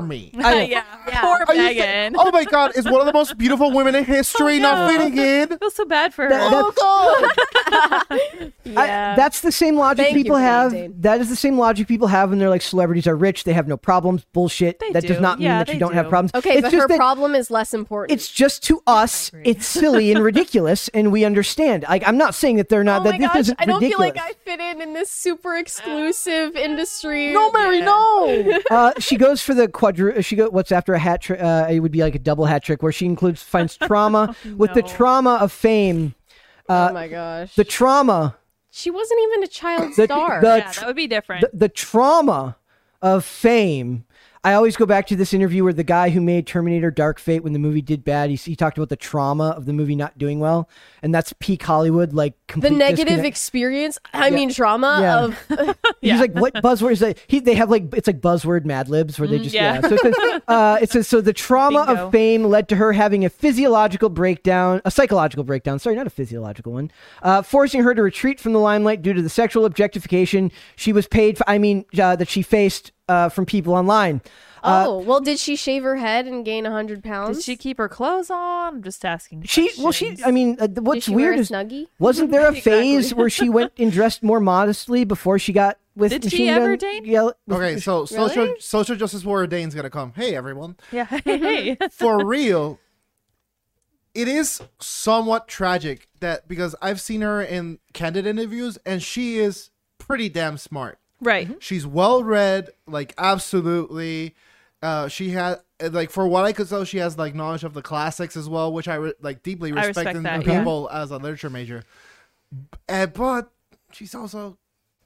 S4: me.
S1: I,
S3: yeah.
S2: Yeah.
S3: Poor
S4: Are you
S3: Megan.
S4: saying- oh my god, is one of the most beautiful women in history not fitting in?
S3: I feel so bad for her.
S1: That- that- I-
S2: Yeah.
S1: that's the same logic
S2: Thank you
S1: people
S2: for that,
S1: have.
S2: Dane.
S1: That is the same logic people have when they're like celebrities are rich, they have no problems. Bullshit.
S3: They
S1: that does
S3: do.
S1: not mean
S3: Yeah,
S1: that you
S3: they
S1: don't have
S3: do.
S1: problems.
S2: okay,
S1: it's
S2: but
S1: just
S2: her
S1: that
S2: problem is less important.
S1: It's just to us, it's silly and ridiculous, and we understand. Like I'm not saying that they're
S2: oh
S1: not
S2: my
S1: that this
S2: gosh,
S1: isn't
S2: I don't
S1: ridiculous.
S2: feel like I fit in in this super exclusive industry.
S4: No, Mary, no.
S1: uh, she goes for the quadru. uh, She go what's after a hat trick. Uh, it would be like a double hat trick where she includes finds trauma with the
S3: No.
S1: trauma of fame,
S2: oh my gosh,
S1: Uh, the trauma,
S2: she wasn't even a child
S1: the
S2: star.
S1: the
S3: yeah, that would be different.
S1: the, the trauma of fame. I always go back to this interview where the guy who made Terminator Dark Fate when the movie did bad, he, he talked about the trauma of the movie not doing well. And that's peak Hollywood, like
S2: The
S1: complete
S2: negative
S1: disconnect.
S2: experience, I mean trauma
S1: Yeah.
S2: of
S1: He's like, what buzzword is that? He, they have like, it's like buzzword Mad Libs where they just, yeah.
S3: yeah.
S1: So it says, uh, it says, so the trauma
S3: Bingo.
S1: of fame led to her having a physiological breakdown, a psychological breakdown, sorry, not a physiological one, uh, forcing her to retreat from the limelight due to the sexual objectification she was paid for, I mean, uh, that she faced uh, from people online. Uh,
S2: Oh, well did she shave her head and gain 100 pounds?
S3: Did she keep her clothes on? I'm just asking.
S1: She, well, she, I mean, uh, th-
S2: Did
S1: what's
S2: she
S1: weird
S2: wear a
S1: is,
S2: snuggie?
S1: wasn't there a phase where she went and dressed more modestly before she got with
S3: Did she
S1: machine
S3: ever,
S1: gun?
S3: Dane?
S1: Yeah, with-
S4: Okay, so social social justice warrior Dane's gonna come. Hey everyone.
S3: yeah. Hey,
S4: for real, it is somewhat tragic that because I've seen her in candid interviews and she is pretty damn smart.
S3: right.
S4: She's well read, like absolutely. Uh, she had uh, like for what I could tell, she has like knowledge of the classics as well, which I re- like deeply respect,
S3: respect
S4: in
S3: that,
S4: in
S3: yeah.
S4: people as a literature major. B- uh, but eh, she's also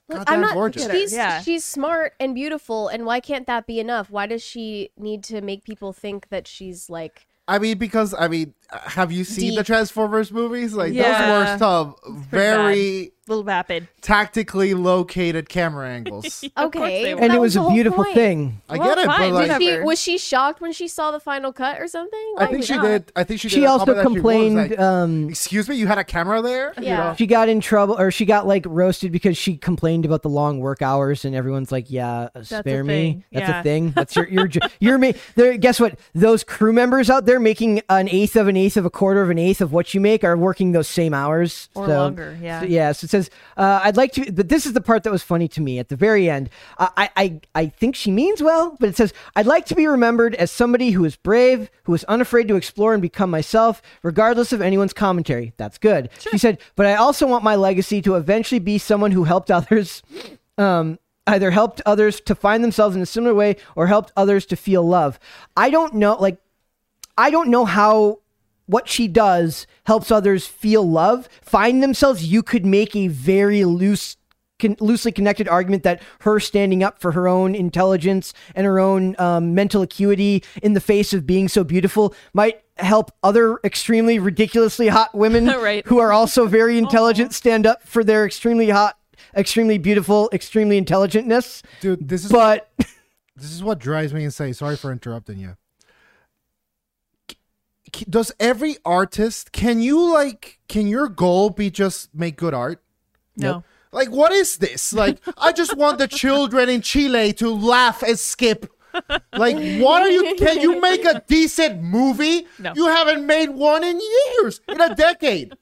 S2: Look,
S4: goddamn
S2: I'm not.
S4: gorgeous.
S2: She's
S3: Yeah.
S2: she's smart and beautiful, and why can't that be enough? Why does she need to make people think that she's like?
S4: I mean, because I mean, have you seen the
S2: Deep.
S4: Transformers movies? Like
S3: Yeah.
S4: those were some very
S3: little vapid.
S4: tactically located camera angles.
S3: Of course
S2: Okay.
S3: they were.
S1: and
S2: that
S1: it was,
S2: was the
S1: a
S2: whole
S1: beautiful
S2: point.
S1: thing.
S4: I
S3: Well,
S4: get it,
S3: fine,
S4: but like,
S3: whatever.
S2: She,
S3: Never.
S2: was she shocked when she saw the final cut or something?
S4: I
S2: Like,
S4: think she
S2: yeah.
S4: did. I think she.
S1: She
S4: did a
S1: also
S4: comment that she was
S1: complained.
S4: like,
S1: um,
S4: Excuse me, you had a camera there. You
S2: Yeah.
S4: know?
S1: she got in trouble, or she got like roasted because she complained about the long work hours, and everyone's like, "Yeah,
S3: a
S1: spare
S3: thing.
S1: me. That's
S3: Yeah.
S1: a thing. That's your your jo- your me. There, guess what? Those crew members out there making an eighth of an eighth of a quarter of an eighth of what you make are working those same hours
S3: Or
S1: So-
S3: longer, yeah.
S1: so, yeah. So it says, uh, "I'd like to." But this is the part that was funny to me at the very end. Uh, I I I think she means well, but it says, "I'd like to be remembered as somebody who is brave, who is unafraid to explore and become myself, regardless of anyone's commentary." That's good. She said, "But I also want my legacy to eventually be someone who helped others." um, either helped others to find themselves in a similar way or helped others to feel love. I don't know, like, I don't know how what she does helps others feel love, find themselves. You could make a very loose. Con- loosely connected argument that her standing up for her own intelligence and her own um, mental acuity in the face of being so beautiful might help other extremely ridiculously hot women
S3: Right.
S1: who are also very intelligent stand up for their extremely hot, extremely beautiful, extremely intelligentness.
S4: Dude, this is
S1: But
S4: this is what drives me insane. Sorry for interrupting you. C- c- Does every artist? Can you like? Can your goal be just make good art?
S3: No.
S4: Like, what is this? Like, I just want the children in Chile to laugh and skip. Like, what are you? Can you make a decent movie?
S3: No.
S4: You haven't made one in years, in a decade.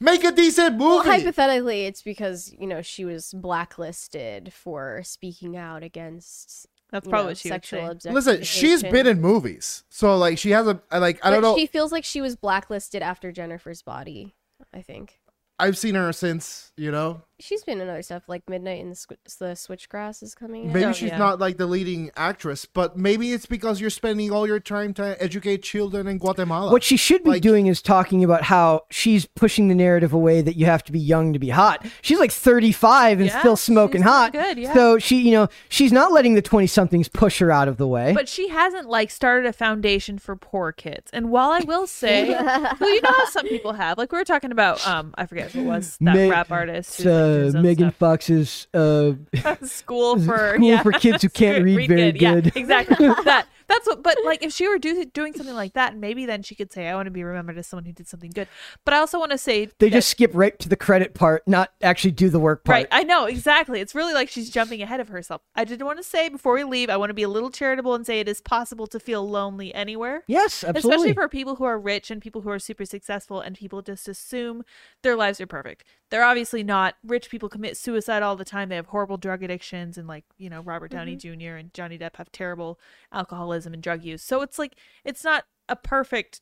S4: Make a decent
S2: Well,
S4: movie.
S2: hypothetically, it's because you know she was blacklisted for speaking out against
S3: That's
S2: you
S3: probably
S2: know,
S3: what she would
S2: sexual
S3: say.
S2: objectification.
S4: Listen, she's been in movies, so like, she has a like. I
S2: But
S4: don't know.
S2: She feels like she was blacklisted after Jennifer's body. I think
S4: I've seen her since. You know,
S2: she's been in other stuff like Midnight in the, Swi- the Switchgrass is coming. out.
S4: maybe
S3: Oh,
S4: she's
S3: yeah.
S4: not like the leading actress, but maybe it's because you're spending all your time to educate children in Guatemala.
S1: what she should be
S4: Like-
S1: doing is talking about how she's pushing the narrative away that you have to be young to be hot. She's like 35 and
S3: Yeah,
S1: still smoking
S3: she's doing
S1: hot.
S3: good, yeah.
S1: So she, you know, she's not letting the 20 somethings push her out of the way.
S3: But she hasn't like started a foundation for poor kids. And while I will say, well, you know how some people have, like we were talking about, um, I forget who it was that
S1: Me-
S3: rap artist,
S1: It's,
S3: who's, like, doing
S1: uh,
S3: his own
S1: Megan
S3: stuff.
S1: Fox's uh,
S3: school for
S1: School
S3: yeah.
S1: for kids who can't
S3: Good-
S1: read very good.
S3: Yeah, exactly. that that's what. But like, if she were do, doing something like that, maybe then she could say, "I want to be remembered as someone who did something good." But I also want to say
S1: They
S3: that-
S1: just skip right to the credit part, not actually do the work part.
S3: Right, I know exactly. It's really like she's jumping ahead of herself. I did want to say before we leave, I want to be a little charitable and say it is possible to feel lonely anywhere.
S1: Yes, absolutely.
S3: Especially for people who are rich and people who are super successful and people just assume their lives are perfect. They're obviously not. Rich people commit suicide all the time. They have horrible drug addictions and like, you know, Robert
S1: Mm-hmm.
S3: Downey Jr. and Johnny Depp have terrible alcoholism and drug use. So it's like it's not a perfect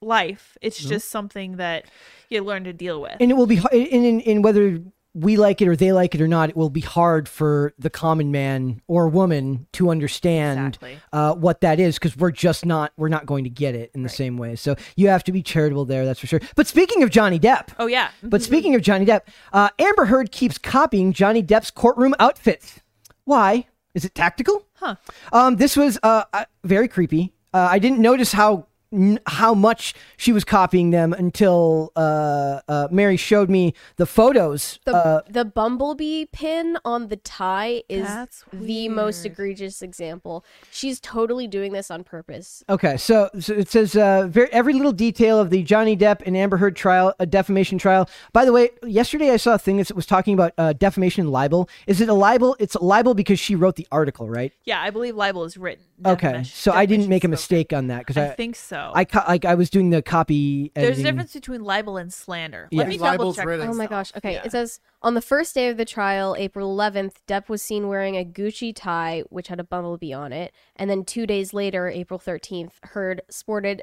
S3: life. It's just something that you learn to deal with.
S1: and it will be in, in in whether we like it or they like it or not it will be hard for the common man or woman to understand
S3: Exactly.
S1: uh, what that is because we're just not we're not going to get it in the same way so you have to be charitable there that's for sure but speaking of johnny depp
S3: oh yeah.
S1: but speaking of johnny depp uh, amber heard keeps copying johnny depp's courtroom outfits why is it tactical
S3: Huh.
S1: um, this was uh, uh, very creepy. Uh, I didn't notice how n- how much she was copying them until uh, uh, Mary showed me the photos.
S2: The,
S1: uh,
S2: the bumblebee pin on the tie is
S3: That's
S2: the most
S3: weird.
S2: egregious example. She's totally doing this on purpose.
S1: Okay, so, so it says uh, ver every little detail of the Johnny Depp and Amber Heard trial, a defamation trial. By the way, yesterday I saw a thing that was talking about uh, defamation and libel. Is it a libel? It's a libel because she wrote the article, right?
S3: Yeah, I believe libel is written.
S1: Okay,
S3: defamation-
S1: so I didn't make a
S3: defamation
S1: mistake on that because
S3: spoken.
S1: I,
S3: I think so.
S1: I co- like I was doing the copy.
S3: There's a
S1: editing.
S3: difference between libel and slander. Let
S1: Yeah.
S3: me double
S4: Libel's
S3: check.
S4: written.
S2: Oh my gosh. Okay.
S3: Yeah.
S2: It says on the first day of the trial, April 11th, Depp was seen wearing a Gucci tie which had a bumblebee on it, and then 2 days later, April 13th, Heard sported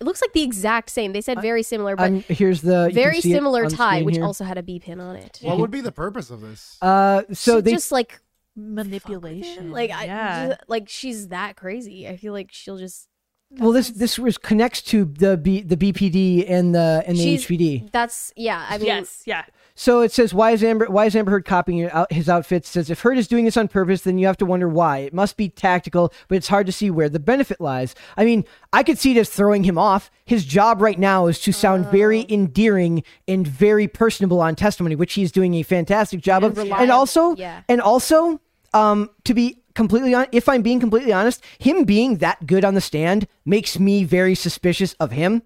S2: It looks like the exact same. They said very similar, but
S1: I'm- here's the you can
S2: very
S1: see it
S2: similar
S1: on
S2: tie
S1: screen
S2: which
S1: here.
S2: also had a bee pin on it.
S4: what would be the purpose of this?
S1: Uh, so
S2: She
S1: they
S2: just like
S3: manipulation.
S2: like I
S3: yeah.
S2: just- like she's that crazy. I feel like she'll just
S1: well, this this was connects to the B, the BPD and the and the
S2: She's-
S1: HVD.
S2: That's yeah. I mean,
S3: yes, yeah.
S1: So it says, why is Amber? Why is Amber Heard copying your out- his outfit? Says if Heard is doing this on purpose, then you have to wonder why. It must be tactical, but it's hard to see where the benefit lies. I mean, I could see it as throwing him off. His job right now is to sound very
S3: Oh.
S1: endearing and very personable on testimony, which he's doing a fantastic job of. And
S2: reliable,
S1: also,
S2: yeah.
S1: and also, um, to be completely on, if I'm being completely honest, him being that good on the stand makes me very suspicious of him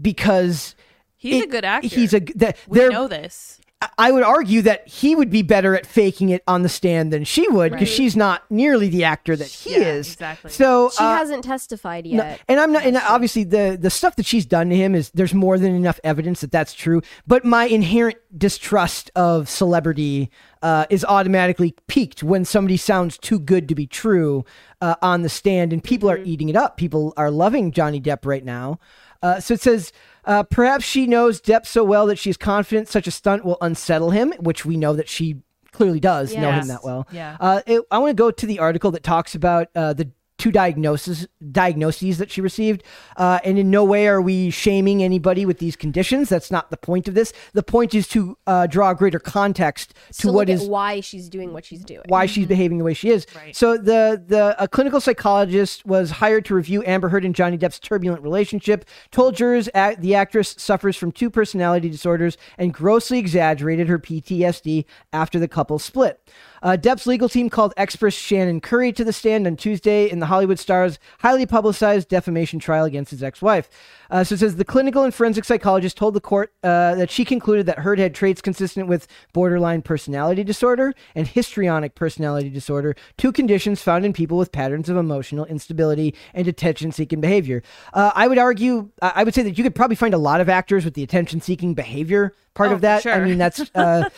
S1: because.
S3: He's a
S1: it-
S3: good actor.
S1: He's a g- that
S3: We
S1: they're-
S3: know this.
S1: I would argue that he would be better at faking it on the stand than she would because she's not nearly the actor that he
S3: Yeah,
S1: is.
S3: exactly.
S1: So
S2: she
S1: uh,
S2: hasn't testified
S1: no-
S2: yet.
S1: and I'm not. And obviously, the the stuff that she's done to him is there's more than enough evidence that that's true. But my inherent distrust of celebrity uh, is automatically peaked when somebody sounds too good to be true uh, on the stand, and people are eating it up. People are loving Johnny Depp right now. Uh, so it says. Uh, perhaps she knows Depp so well that she's confident such a stunt will unsettle him, which we know that she clearly does know him
S3: Yes.
S1: that well.
S3: Yeah.
S1: Uh, it, I want to go to the article that talks about uh, the two diagnoses diagnoses that she received. Uh, and in no way are we shaming anybody with these conditions. That's not the point of this. The point is to uh, draw greater context to
S2: to
S1: what
S2: look
S1: is
S2: at why she's doing what she's doing.
S1: why she's behaving the way she is. So the the a clinical psychologist was hired to review Amber Heard and Johnny Depp's turbulent relationship. Told jurors a the actress suffers from two personality disorders and grossly exaggerated her PTSD after the couple split. Uh, Depp's legal team called expert Shannon Curry to the stand on Tuesday in the Hollywood Star's highly publicized defamation trial against his ex-wife. Uh, so it says the clinical and forensic psychologist told the court uh, that she concluded that Heard had traits consistent with borderline personality disorder and histrionic personality disorder, two conditions found in people with patterns of emotional instability and attention-seeking behavior. Uh, I would argue, I I would say that you could probably find a lot of actors with the attention-seeking behavior part
S3: Oh,
S1: of that. I
S3: sure.
S1: mean, that's uh,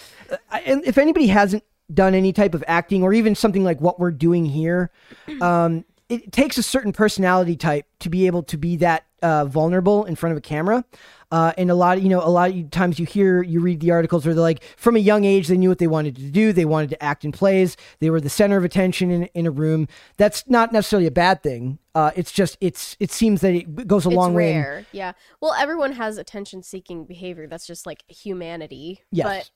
S1: I- and if anybody hasn't done any type of acting or even something like what we're doing here, um, it takes a certain personality type to be able to be that uh, vulnerable in front of a camera. Uh, and a lot, you know, a lot of times you hear, you read the articles where they're like, from a young age, they knew what they wanted to do. They wanted to act in plays. They were the center of attention in, in a room. That's not necessarily a bad thing. Uh, it's just, it's, it seems that it goes a
S2: it's
S1: long way. in-
S2: rare. Yeah. Well, everyone has attention-seeking behavior. That's just like humanity.
S1: Yes.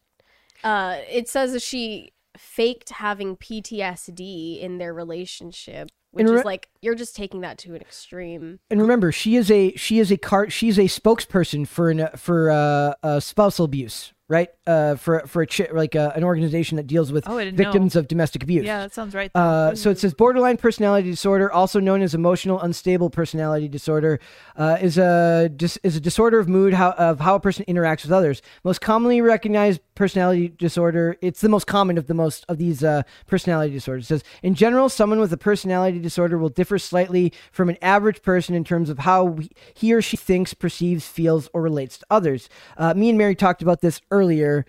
S2: But uh, it says that she faked having PTSD in their relationship, which
S1: And re-
S2: is like you're just taking that to an extreme.
S1: and remember she is a she is a car she's a spokesperson for an for uh, uh spousal abuse right uh for for a chi- like uh, an organization that deals with
S3: Oh, I didn't
S1: victims of domestic abuse
S3: Yeah, that sounds right.
S1: uh, so it says borderline personality disorder, also known as emotional unstable personality disorder, uh, is a dis- is a disorder of mood how, of how a person interacts with others. Most commonly recognized personality disorder. It's the most common of the most of these uh, personality disorders. It says in general, someone with a personality disorder will differ slightly from an average person in terms of how we- he or she thinks, perceives, feels, or relates to others. Uh, me and Mary talked about this earlier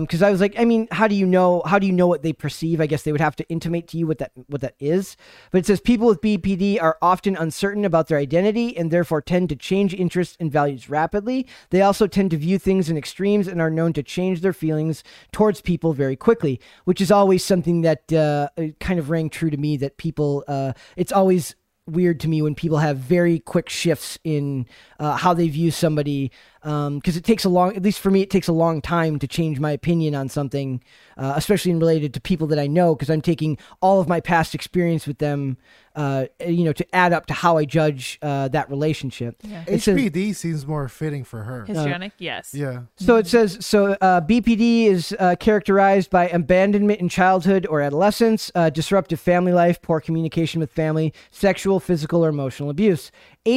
S1: because I was like, I mean, how do you know? How do you know what they perceive? I guess they would have to intimate to you what that what that is. But it says people with BPD are often uncertain about their identity and therefore tend to change interests and values rapidly. They also tend to view things in extremes and are known to change their feelings towards people very quickly, which is always something that uh, it kind of rang true to me. That people, uh, it's always weird to me when people have very quick shifts in uh, how they view somebody because it takes a long at least for me it takes a long time to change my opinion on something uh, especially in related to people that i know because i'm taking all of my past experience with them uh, you know to add up to how i judge uh, that relationship It says-
S4: HPD seems more fitting for her.
S3: Histrionic, yes.
S4: Yeah.
S1: so it says so uh, BPD is uh, characterized by abandonment in childhood or adolescence, uh, disruptive family life, poor communication with family, sexual, physical, or emotional abuse.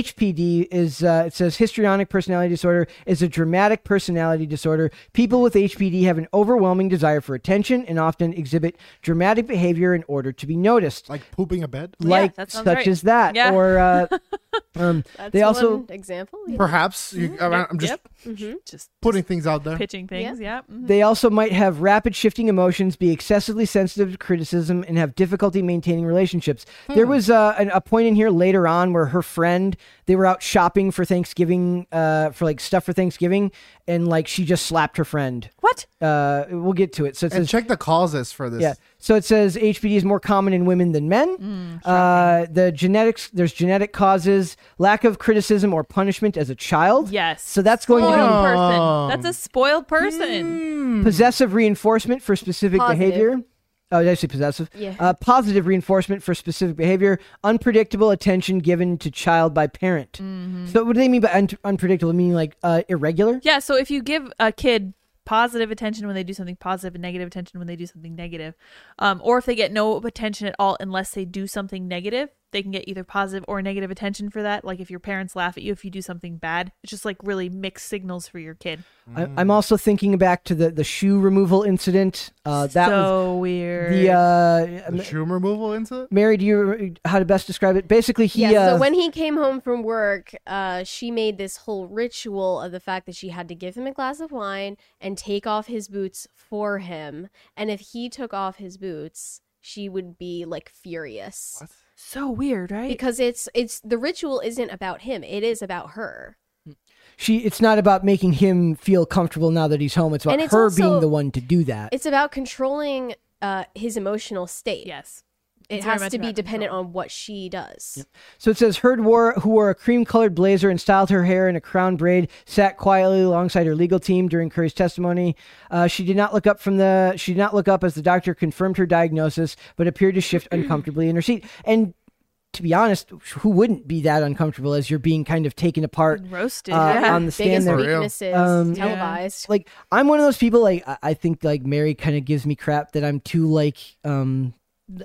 S1: HPD is uh, it says histrionic personality disorder is a dramatic personality disorder. People with HPD have an overwhelming desire for attention and often exhibit dramatic behavior in order to be noticed.
S4: Like pooping a bed?
S3: Yeah,
S1: Like
S3: that sounds
S1: such
S3: right.
S1: as that,
S3: Yeah.
S1: or uh, um,
S2: That's
S1: they also
S2: one example. Yeah.
S4: Perhaps. You, I'm I'm just
S3: Mm-hmm. Yep. Just
S4: putting things out there.
S3: pitching things. Yeah. mhm.
S1: They also might have rapid shifting emotions, be excessively sensitive to criticism, and have difficulty maintaining relationships. There was uh, an, a point in here later on where her friend, they were out shopping for Thanksgiving uh, for like stuff for Thanksgiving, and like she just slapped her friend.
S3: What?
S1: Uh, we'll get to it. So it
S4: And
S1: says,
S4: check the causes for this.
S1: yeah. So it says HPD is more common in women than men. uh, the genetics, there's genetic causes, lack of criticism or punishment as a child.
S3: Yes.
S1: So that's going
S3: spoiled
S1: to
S4: Oh.
S3: person. That's a spoiled person.
S1: be possessive reinforcement for specific
S2: Mm-hmm. Positive.
S1: behavior. Oh, did I say possessive?
S2: Yeah.
S1: Uh, positive reinforcement for specific behavior. Unpredictable attention given to child by parent.
S2: Mm-hmm.
S1: So what do they mean by un- unpredictable? Meaning like uh, irregular?
S3: Yeah. So if you give a kid positive attention when they do something positive and negative attention when they do something negative, um, or if they get no attention at all unless they do something negative, they can get either positive or negative attention for that. Like if your parents laugh at you if you do something bad, it's just like really mixed signals for your kid.
S1: I- I'm also thinking back to the, the shoe removal incident. Uh, that was
S3: so weird.
S1: the uh,
S4: The shoe removal incident?
S1: Mary, do you re- how to best describe it? Basically, he.
S2: Yeah.
S1: uh,
S2: so when he came home from work, uh, she made this whole ritual of the fact that she had to give him a glass of wine and take off his boots for him. And if he took off his boots, she would be like furious
S3: so weird, right?
S2: because it's it's the ritual isn't about him; it is about her.
S1: she, it's not about making him feel comfortable now that he's home. It's about
S2: And it's
S1: her
S2: also-
S1: being the one to do that.
S2: It's about controlling uh, his emotional state.
S3: yes.
S2: it
S3: It's very
S2: has
S3: much
S2: to be
S3: about
S2: dependent
S3: control.
S2: on what she does.
S1: So it says Heard wore who wore a cream-colored blazer and styled her hair in a crown braid, sat quietly alongside her legal team during Curry's testimony. Uh, she did not look up from the. She did not look up as the doctor confirmed her diagnosis, but appeared to shift uncomfortably in her seat. And to be honest, who wouldn't be that uncomfortable as you're being kind of taken apart
S3: Roasted.
S1: uh,
S3: yeah.
S1: on the stand
S2: Biggest
S1: there?
S4: For real.
S2: weaknesses
S1: Um, Yeah.
S2: televised.
S1: like I'm one of those people like I- I think like Mary kind of gives me crap that I'm too like um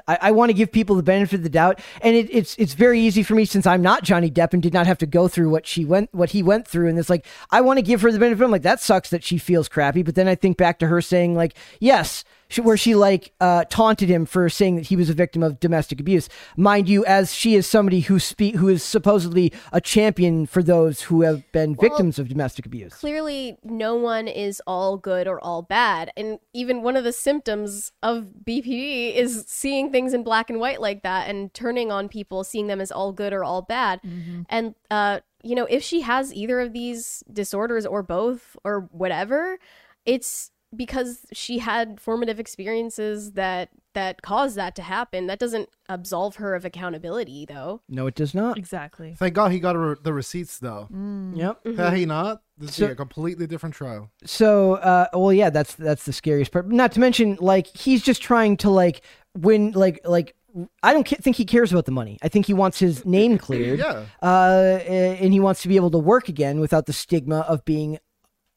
S1: I, I want to give people the benefit of the doubt and it, it's it's very easy for me since I'm not Johnny Depp and did not have to go through what she went what he went through and it's like I want to give her the benefit I'm like that sucks that she feels crappy but then I think back to her saying like yes she, where she like uh, taunted him for saying that he was a victim of domestic abuse mind you as she is somebody who spe- who is supposedly a champion for those who have been victims of domestic abuse
S2: clearly no one is all good or all bad and even one of the symptoms of bpd is seeing things in black and white like that and turning on people seeing them as all good or all bad and uh you know if she has either of these disorders or both or whatever it's because she had formative experiences that that caused that to happen that doesn't absolve her of accountability though
S1: No, it does not.
S3: exactly.
S4: Thank God he got re- the receipts, though.
S3: Mm-hmm.
S1: Yep.
S4: Had he not, this would
S1: So-
S4: be a completely different trial.
S1: So, uh, well, yeah, that's that's the scariest part. Not to mention, like, he's just trying to like win, like, like. I don't ca- think he cares about the money. I think he wants his name cleared.
S4: Yeah.
S1: Uh, and he wants to be able to work again without the stigma of being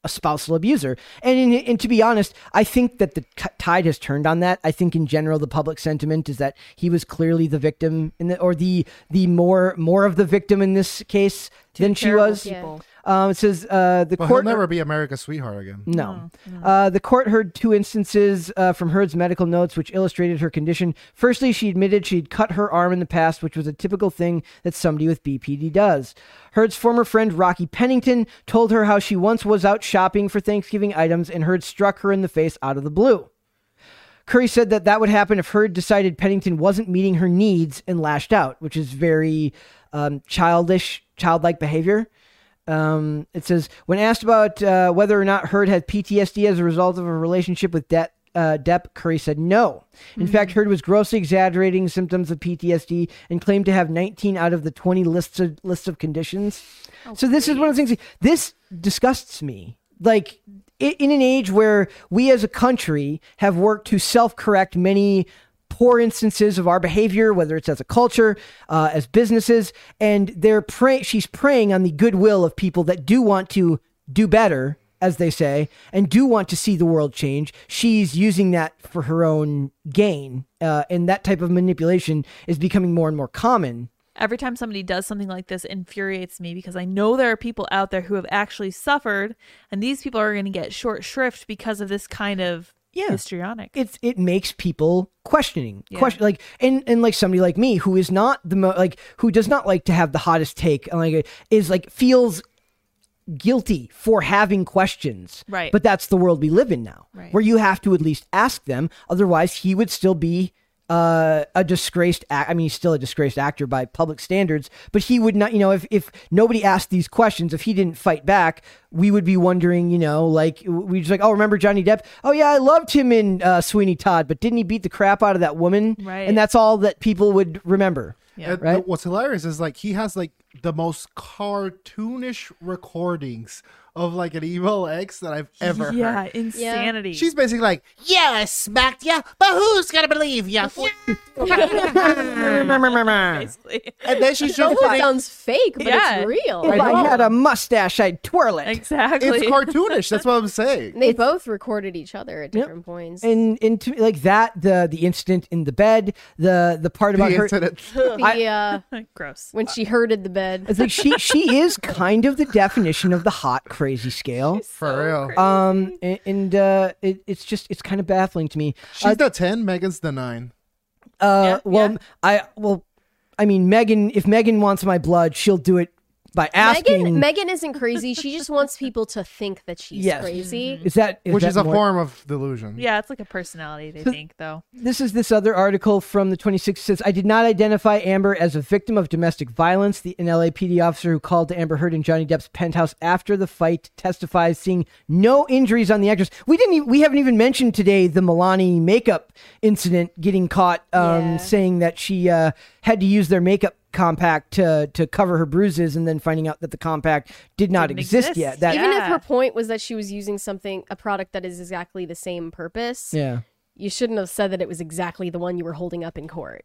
S1: a spousal abuser. And in, and to be honest, I think that the t- tide has turned on that. I think in general the public sentiment is that he was clearly the victim in the, or the the more more of the victim in this case than she
S3: Terrible
S1: was.
S3: people.
S1: Um, it says uh, the
S4: But
S1: court
S4: he'll never be America's sweetheart again.
S1: No. Uh, the court heard two instances uh, from Heard's medical notes which illustrated her condition. Firstly, she admitted she'd cut her arm in the past, which was a typical thing that somebody with BPD does. Heard's former friend Rocky Pennington told her how she once was out shopping for Thanksgiving items and Heard struck her in the face out of the blue. Curry said that that would happen if Heard decided Pennington wasn't meeting her needs and lashed out, which is very um, childish, childlike behavior. Um, it says when asked about uh, whether or not Heard had PTSD as a result of a relationship with De- uh, Depp, Curry said no. In fact, Heard was grossly exaggerating symptoms of PTSD and claimed to have 19 out of the 20 lists of, lists of conditions. so this is one of the things. This disgusts me. Like i- in an age where we as a country have worked to self-correct many poor instances of our behavior, whether it's as a culture, uh, as businesses, and they're pray- she's preying on the goodwill of people that do want to do better, as they say, and do want to see the world change. She's using that for her own gain, uh, and that type of manipulation is becoming more and more common.
S3: every time somebody does something like this infuriates me because I know there are people out there who have actually suffered and these people are going to get short shrift because of this kind of
S1: Yeah.
S3: histrionic.
S1: it's it makes people questioning question like and and like somebody like me who is not the mo- like who does not like to have the hottest take and like is like feels guilty for having questions
S3: Right.
S1: but that's the world we live in now
S3: Right.
S1: where you have to at least ask them otherwise he would still be uh, a disgraced act. I mean, he's still a disgraced actor by public standards, but he would not, you know, if, if nobody asked these questions, if he didn't fight back, we would be wondering, you know, like, we just like, oh, remember Johnny Depp? Oh, yeah, I loved him in uh, Sweeney Todd, but didn't he beat the crap out of that woman?
S3: Right.
S1: And that's all that people would remember.
S4: And
S1: Right?
S4: th- what's hilarious is like he has like the most cartoonish recordings of like an evil ex that I've ever
S3: yeah,
S4: heard.
S3: insanity.
S4: She's basically like, "Yeah, I smacked ya, but who's gonna believe ya?"
S3: basically.
S4: and then she's
S2: It
S4: just
S2: almost
S4: putting,
S2: sounds fake, but
S3: Yeah.
S2: it's real.
S1: If I had a mustache, I'd twirl it.
S3: exactly.
S4: it's cartoonish. That's what I'm saying.
S2: they both recorded each other at different points.
S1: And and to, like that, the the incident in the bed, the the part about
S4: The
S1: her.
S4: incident.
S2: the, uh,
S3: Gross.
S2: when she herded the
S1: It's
S2: bed.
S1: like she she is kind of the definition of the hot crazy scale.
S4: For real.
S1: Um and, and uh, it, it's just it's kind of baffling to me.
S4: She's the ten, Megan's the nine.
S1: Uh,
S3: Yeah,
S1: well,
S3: yeah.
S1: I well, I mean, Megan. If Megan wants my blood, she'll do it by asking.
S2: Megan, Megan isn't crazy. She just wants people to think that she's
S1: Yes.
S2: crazy.
S1: is that is
S4: which
S1: that
S4: is a
S1: more-
S4: form of delusion.
S3: Yeah, it's like a personality, they think, though.
S1: This is this other article from the 26th. Says I did not identify Amber as a victim of domestic violence. The an LAPD officer who called to Amber Heard in Johnny Depp's penthouse after the fight testifies seeing no injuries on the actress. We didn't. e- We haven't even mentioned today the Milani makeup incident getting caught um,
S2: Yeah.
S1: saying that she uh, had to use their makeup compact to to cover her bruises, and then finding out that the compact did not
S3: Didn't
S1: exist,
S3: exist.
S1: yet. That
S2: Even if
S3: Yeah.
S2: her point was that she was using something, a product that is exactly the same purpose,
S1: yeah.
S2: you shouldn't have said that it was exactly the one you were holding up in court.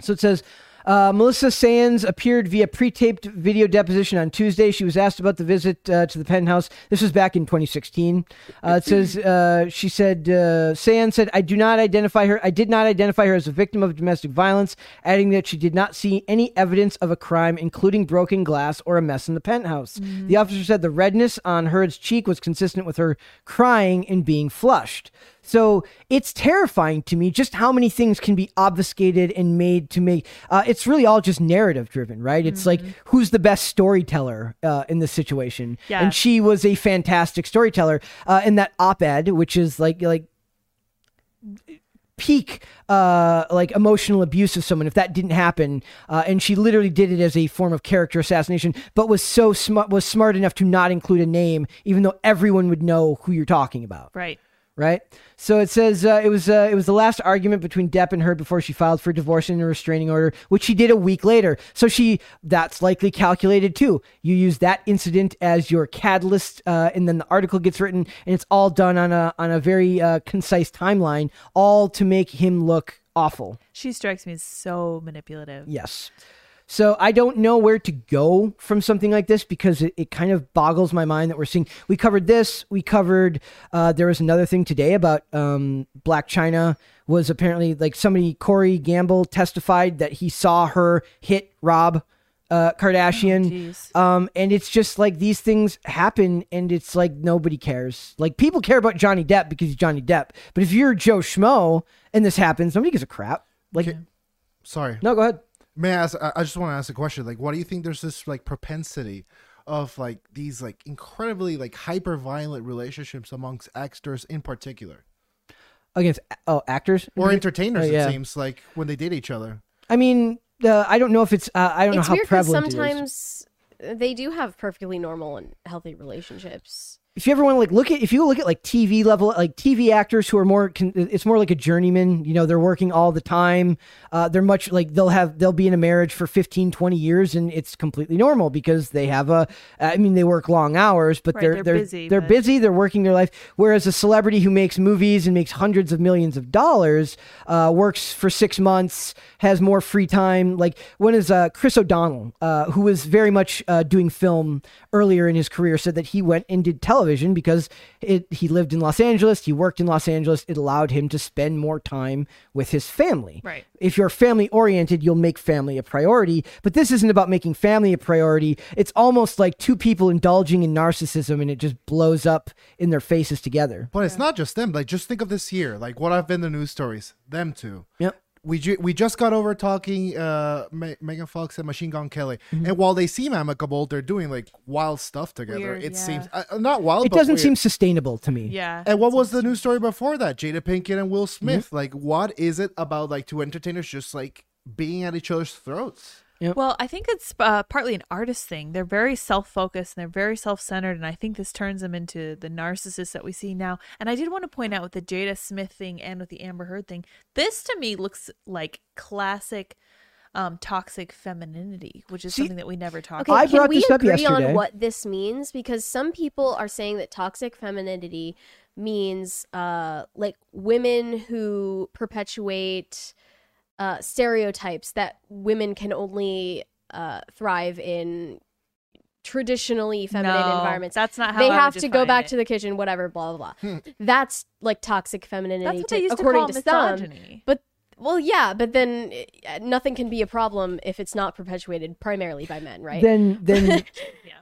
S1: So it says uh, Melissa Sands appeared via pre taped video deposition on Tuesday. She was asked about the visit uh, to the penthouse. This was back in 2016. Uh, it says uh, she said, uh, Sands said, I do not identify her. I did not identify her as a victim of domestic violence, adding that she did not see any evidence of a crime, including broken glass or a mess in the penthouse. The officer said the redness on Heard's cheek was consistent with her crying and being flushed. So it's terrifying to me just how many things can be obfuscated and made to make. Uh, it's really all just narrative driven, right? It's like who's the best storyteller uh, in this situation,
S3: Yeah.
S1: and she was a fantastic storyteller. Uh, in that op-ed, which is like like peak uh like emotional abuse of someone if that didn't happen uh, and she literally did it as a form of character assassination but was so smart was smart enough to not include a name even though everyone would know who you're talking about
S3: Right.
S1: right? So it says uh, it was uh, it was the last argument between Depp and her before she filed for divorce and a restraining order, which she did a week later. So she that's likely calculated too. You use that incident as your catalyst, uh, and then the article gets written, and it's all done on a on a very uh, concise timeline, all to make him look awful.
S3: She strikes me as so manipulative.
S1: Yes. So I don't know where to go from something like this because it, it kind of boggles my mind that we're seeing. We covered this. We covered. Uh, there was another thing today about um, Black China was apparently like somebody Corey Gamble testified that he saw her hit Rob uh, Kardashian.
S3: jeez.
S1: um, and it's just like these things happen, and it's like nobody cares. Like people care about Johnny Depp because he's Johnny Depp, but if you're Joe Schmo and this happens, nobody gives a crap. Like
S4: Sorry.
S1: no, go ahead.
S4: May I ask I I just want to ask a question. Like, why do you think there's this like propensity of like these like incredibly like hyper violent relationships amongst actors in particular?
S1: against oh actors
S4: Or entertainers,
S1: Oh, yeah.
S4: it seems like when they date each other.
S1: i mean uh, i don't know if it's uh, i don't
S2: It's
S1: know how
S2: weird because
S1: prevalent it is
S2: sometimes they do have perfectly normal and healthy relationships.
S1: if you ever want to like look at if you look at like tv level like tv actors who are more con- it's more like a journeyman you know they're working all the time uh, they're much like they'll have they'll be in a marriage for 15 20 years and it's completely normal because they have a i mean they work long hours but
S3: Right,
S1: they're,
S3: they're busy,
S1: they're
S3: but-
S1: busy they're working their life whereas a celebrity who makes movies and makes hundreds of millions of dollars uh, works for six months has more free time like when is uh, chris o'donnell uh, who was very much uh, doing film earlier in his career said that he went and did television because it, he lived in los angeles he worked in los angeles it allowed him to spend more time with his family
S3: Right.
S1: if you're family oriented, you'll make family a priority. But this isn't about making family a priority. It's almost like two people indulging in narcissism and it just blows up in their faces together.
S4: But it's not just them. Like, just think of this year. Like, what I've been the news stories. Them two.
S1: Yep.
S4: we ju- we just got over talking uh, Me- Megan Fox and Machine Gun Kelly,
S1: Mm-hmm.
S4: and while they seem amicable, they're doing like wild stuff together.
S3: Weird,
S4: it
S3: yeah.
S4: seems uh, uh, not wild.
S1: It
S4: but
S1: doesn't
S4: weird.
S1: seem sustainable to me.
S3: Yeah.
S4: And what was the news story before that? Jada Pinkett and Will
S1: Mm-hmm.
S4: Smith. Like, what is it about like two entertainers just like being at each other's throats?
S3: Well, I think it's uh, partly an artist thing. They're very self focused and they're very self centered. And I think this turns them into the narcissists that we see now. And I did want to point out with the Jada Smith thing and with the Amber Heard thing, this to me looks like classic um, toxic femininity, which is
S1: See-
S3: something that we never talk
S2: Okay,
S1: I
S3: about.
S2: can
S1: brought
S2: we
S1: this up
S2: agree
S1: yesterday.
S2: on what this means? Because some people are saying that toxic femininity means uh, like women who perpetuate uh, stereotypes that women can only uh, thrive in traditionally feminine
S3: No,
S2: environments.
S3: That's not how
S2: they
S3: I
S2: have
S3: would
S2: to go
S3: define
S2: back
S3: it.
S2: to the kitchen, whatever, blah blah
S1: Hmm.
S2: blah. That's like toxic femininity,
S3: That's what
S2: to-
S3: they used to
S2: according
S3: call
S2: to, some.
S3: misogyny.
S2: But well, yeah, but then eh, nothing can be a problem if it's not perpetuated primarily by men, right?
S1: Then then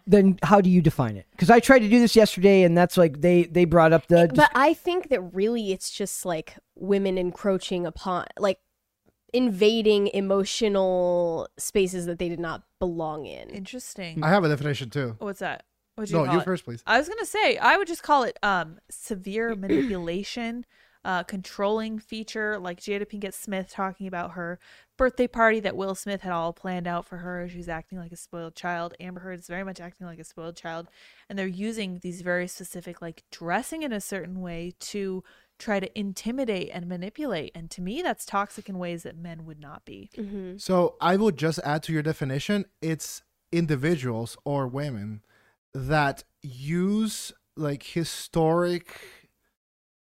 S1: then how do you define it? Because I tried to do this yesterday, and that's like they they brought up the
S2: but I think that really it's just like women encroaching upon, like invading emotional spaces that they did not belong in.
S3: Interesting.
S4: I have a definition too.
S3: What's that? What'd you
S4: No,
S3: call
S4: you
S3: it?
S4: first, please.
S3: I was gonna say I would just call it um severe manipulation, uh controlling feature like Jada Pinkett Smith talking about her birthday party that Will Smith had all planned out for her. She's acting like a spoiled child. Amber Heard is very much acting like a spoiled child, and they're using these very specific like dressing in a certain way to try to intimidate and manipulate. And to me, that's toxic in ways that men would not be.
S4: So I would just add to your definition: it's individuals or women that use like historic,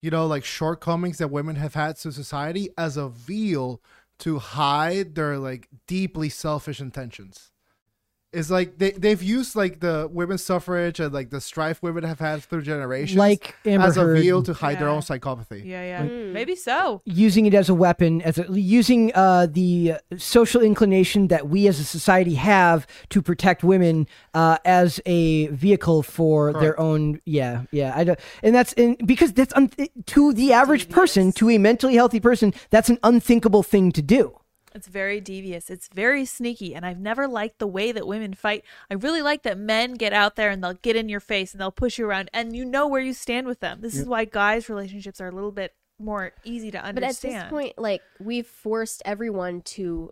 S4: you know, like shortcomings that women have had to society as a veil to hide their like deeply selfish intentions. It's like they they've used like the women's suffrage and like the strife women have had through generations,
S1: Like Amber
S4: as a
S1: Heard.
S4: veil to hide their
S3: Yeah.
S4: own psychopathy.
S3: Yeah, yeah. Maybe so.
S1: using it as a weapon, as a, using uh, the social inclination that we as a society have to protect women uh, as a vehicle for their own. Yeah, yeah. I don't, and that's in, because that's un- to the average person, to a mentally healthy person, that's an unthinkable thing to do.
S3: It's very devious. It's very sneaky, and I've never liked the way that women fight. I really like that men get out there and they'll get in your face and they'll push you around, and you know where you stand with them. This is why guys' relationships are a little bit more easy to
S2: But at
S3: understand.
S2: this point, like we've forced everyone to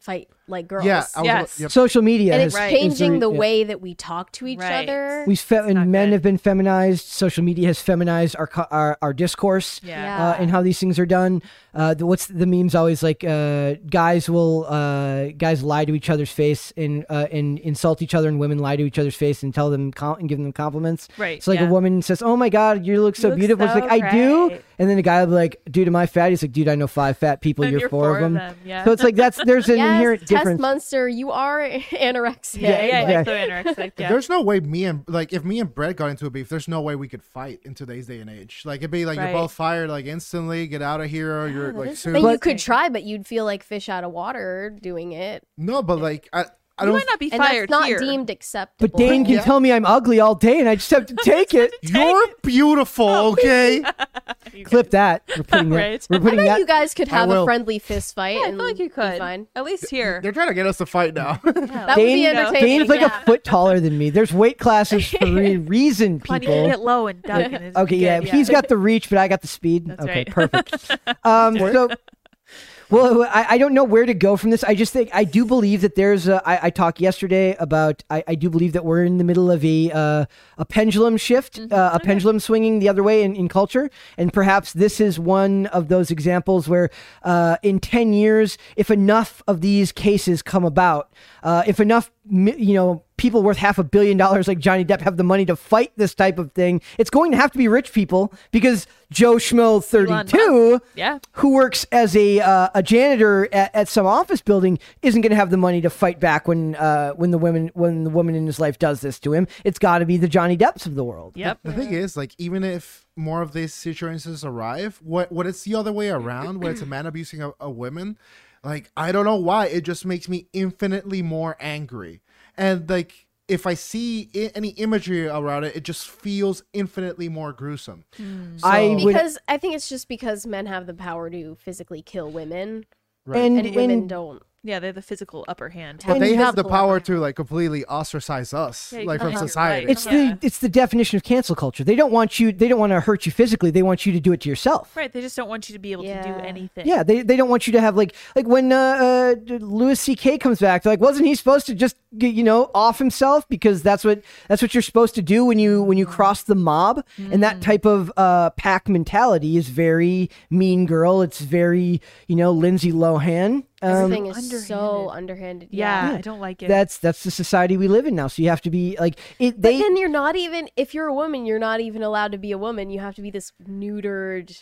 S2: fight like girls.
S4: Yeah, I was-
S3: Yes.
S4: yep.
S1: Social media
S2: and
S1: has
S2: it's
S3: Right.
S2: changing the
S1: yeah.
S2: way that we talk to each
S3: Right.
S2: other.
S1: We fe-
S3: not
S1: and men
S3: good.
S1: have been feminized. Social media has feminized our co- our, our discourse
S3: Yeah.
S1: uh,
S2: Yeah.
S1: and how these things are done. Uh, the, what's the memes always like? Uh, guys will uh, guys lie to each other's face and uh, and insult each other, and women lie to each other's face and tell them com- and give them compliments.
S3: Right,
S1: So like
S3: yeah.
S1: a woman says, "Oh my god, you look so
S3: look
S1: beautiful."
S3: so
S1: it's like I do,
S3: great."
S1: and then a guy will be like, "Dude, am I fat?" He's like, "Dude, I know five fat people.
S3: And
S1: You're,
S3: you're
S1: four, of them."
S3: yeah.
S1: So it's like that's there's an
S2: yes,
S1: inherent
S2: Test
S1: difference.
S2: Munster, you are anorexic.
S3: yeah, yeah,
S1: yeah.
S3: yeah. So anorexic. Yeah.
S4: There's no way me and like if me and Brett got into a beef, there's no way we could fight in today's day and age. Like it'd be like
S3: Right.
S4: you're both fired like instantly, get out of here, or you're like soon.
S2: But, you
S1: But-
S2: could try, but you'd feel like fish out of water doing it.
S4: no, but like I, I
S3: you
S4: don't.
S3: might not be
S2: and
S3: fired
S2: that's not
S3: here.
S2: deemed acceptable.
S1: But Dane can
S4: Yeah.
S1: tell me I'm ugly all day, and I just have to take it.
S4: You're beautiful,
S3: Oh.
S4: okay?
S1: Clip that. We're putting that.
S3: Right.
S1: We're
S2: I
S1: putting
S2: bet
S1: that.
S2: you guys could
S4: I
S2: have a
S4: will.
S2: friendly fist fight.
S3: Yeah, I
S2: and
S3: feel like you
S2: be
S3: could.
S2: Fine.
S3: At least here.
S4: They're trying to get us to fight now.
S2: That would be
S1: Dane-
S3: No.
S2: entertaining.
S1: Dane's like
S2: yeah.
S1: a foot taller than me. There's weight classes for a reason,
S3: Come on, you can
S1: people.
S3: get low and duck. and it's
S1: Okay, yeah,
S3: good,
S1: he's got the reach, but I got the speed.
S3: That's
S1: okay,
S3: right.
S1: perfect. Um, so, well, I, I don't know where to go from this. I just think I do believe that there's. A, I, I talked yesterday about. I, I do believe that we're in the middle of a uh, a pendulum shift,
S3: Mm-hmm.
S1: uh, a pendulum swinging the other way in, in culture, and perhaps this is one of those examples where, uh, in ten years, if enough of these cases come about, uh, if enough, mi- you know people worth half a billion dollars like Johnny Depp have the money to fight this type of thing, it's going to have to be rich people because Joe Schmo 32,
S3: Yeah.
S1: who works as a uh, a janitor at, at some office building, isn't going to have the money to fight back when uh, when the women when the woman in his life does this to him. It's got to be the Johnny Depps of the world.
S3: Yep.
S4: the thing is, like, even if more of these situations arrive, what when it's the other way around, where it's a man abusing a, a woman, like I don't know why it just makes me infinitely more angry. And like, if I see I- any imagery around it, it just feels infinitely more gruesome.
S1: I would
S2: because I think it's just because men have the power to physically kill women.
S4: Right.
S1: And,
S2: and, women
S1: and-
S2: don't.
S3: Yeah, they have the physical upper hand.
S4: But
S1: And
S4: they have the
S2: invisible
S4: power
S2: eye.
S4: to like completely ostracize us,
S3: Yeah, you
S4: like
S3: can
S4: from
S3: tell you're
S4: society.
S3: right.
S1: it's
S3: Yeah.
S1: the it's the definition of cancel culture. They don't want you. They don't want to hurt you physically. They want you to do it to yourself.
S3: Right, they just don't want you to be able to
S2: Yeah.
S3: do anything.
S1: Yeah, they, they don't want you to have like like when uh, uh Louis C.K. comes back, they're like, wasn't he supposed to just get, you know off himself because that's what that's what you're supposed to do when you when
S2: Mm.
S1: you cross the mob and that type of uh pack mentality is very Mean Girl. It's very you know Lindsay Lohan. Um,
S2: Everything is so underhanded.
S3: Yeah, I don't like it.
S1: that's that's the society we live in now. So you have to be like it. They
S2: but then you're not even if you're a woman, you're not even allowed to be a woman. You have to be this neutered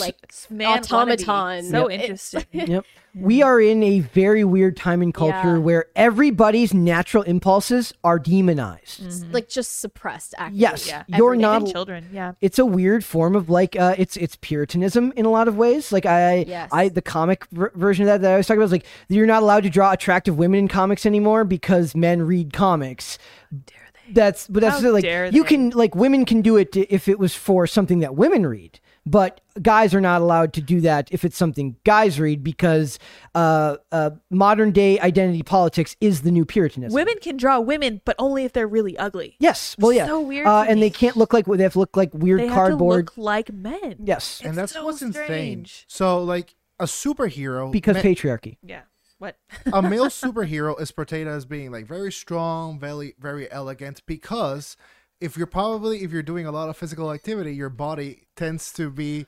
S2: like
S3: Man wannabe.
S2: automaton.
S3: So
S2: Yep.
S3: interesting.
S1: Yep. We are in a very weird time in culture
S2: Yeah.
S1: where everybody's natural impulses are demonized.
S2: like just suppressed actively.
S1: Yes,
S3: Mm-hmm. Yeah,
S1: you're
S3: everything.
S1: not.
S3: children. Yeah.
S1: It's a weird form of like uh, it's it's puritanism in a lot of ways. Like I,
S2: Yes.
S1: I the comic ver- version of that that I was talking about is like you're not allowed to draw attractive women in comics anymore because men read comics. That's but that's
S3: How
S1: like
S3: dare
S1: you
S3: they.
S1: can like women can do it if it was for something that women read, but guys are not allowed to do that if it's something guys read because uh, uh, modern day identity politics is the new puritanism.
S3: Women can draw women, but only if they're really ugly.
S1: yes, well, yeah,
S3: So weird
S1: uh,
S3: to
S1: and
S3: me.
S1: they can't look like they have to look like weird
S3: They
S1: cardboard.
S3: have to look like men.
S1: yes,
S4: and that's
S3: so
S4: what's insane.
S3: strange.
S4: So like a superhero
S1: because
S4: ma-
S1: patriarchy.
S3: Yeah. What?
S4: a male superhero is portrayed as being like very strong, very very elegant because if you're probably if you're doing a lot of physical activity, your body tends to be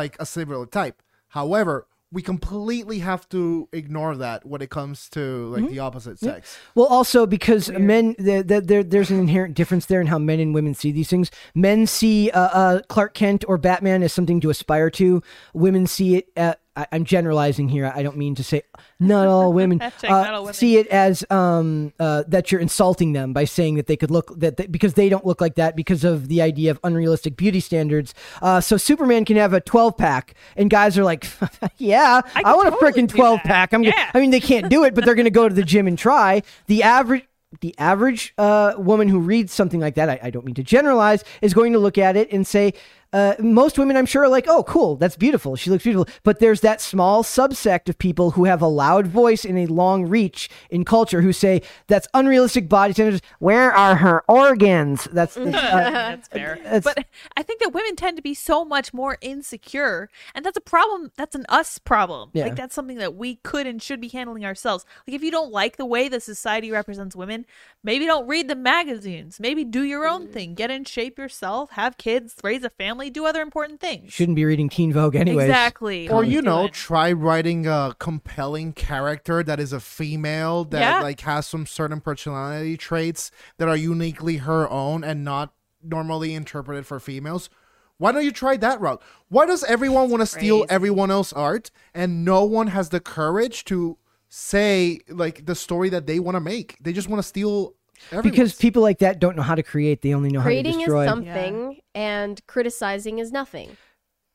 S4: like a similar type. However, we completely have to ignore that when it comes to like the opposite sex.
S1: Well, also because men, the, the, there, there's an inherent difference there in how men and women see these things. Men see uh, uh, Clark Kent or Batman as something to aspire to. Women see it. At, I, I'm generalizing here. I don't mean to say not all women,
S3: Hashtag
S1: uh,
S3: not all women.
S1: see it as um, uh, that you're insulting them by saying that they could look that they, because they don't look like that because of the idea of unrealistic beauty standards. Uh, so Superman can have a 12 pack, and guys are like, yeah, I,
S3: could
S1: want a
S3: totally
S1: freaking
S3: do
S1: 12
S3: that.
S1: pack. I'm gonna-
S3: Yeah.
S1: I mean, they can't do it, but they're going to go to the gym and try. The average, the average uh, woman who reads something like that, I, I don't mean to generalize, is going to look at it and say, uh, most women, I'm sure, are like, "Oh, cool, that's beautiful. She looks beautiful." But there's that small subsect of people who have a loud voice and a long reach in culture who say, "That's unrealistic body standards. Where are her organs?" That's uh,
S3: that's fair.
S1: it's-
S3: but I think that women tend to be so much more insecure, and that's a problem. That's an us problem.
S1: Yeah.
S3: Like that's something that we could and should be handling ourselves. Like if you don't like the way the society represents women, maybe don't read the magazines. Maybe do your own thing. Get in shape yourself. Have kids. Raise a family. Do other important things.
S1: shouldn't be reading Teen Vogue, anyways.
S3: exactly.
S4: Or you know,
S3: Doing.
S4: try writing a compelling character that is a female that
S3: Yeah.
S4: like has some certain personality traits that are uniquely her own and not normally interpreted for females. Why don't you try that route? Why does everyone want to steal everyone else's art and no one has the courage to say like the story that they want to make? They just want to steal everyone.
S1: Because people like that don't know how to create; they only know how
S2: Creating
S1: to
S2: is
S1: destroy.
S2: something and criticizing is nothing.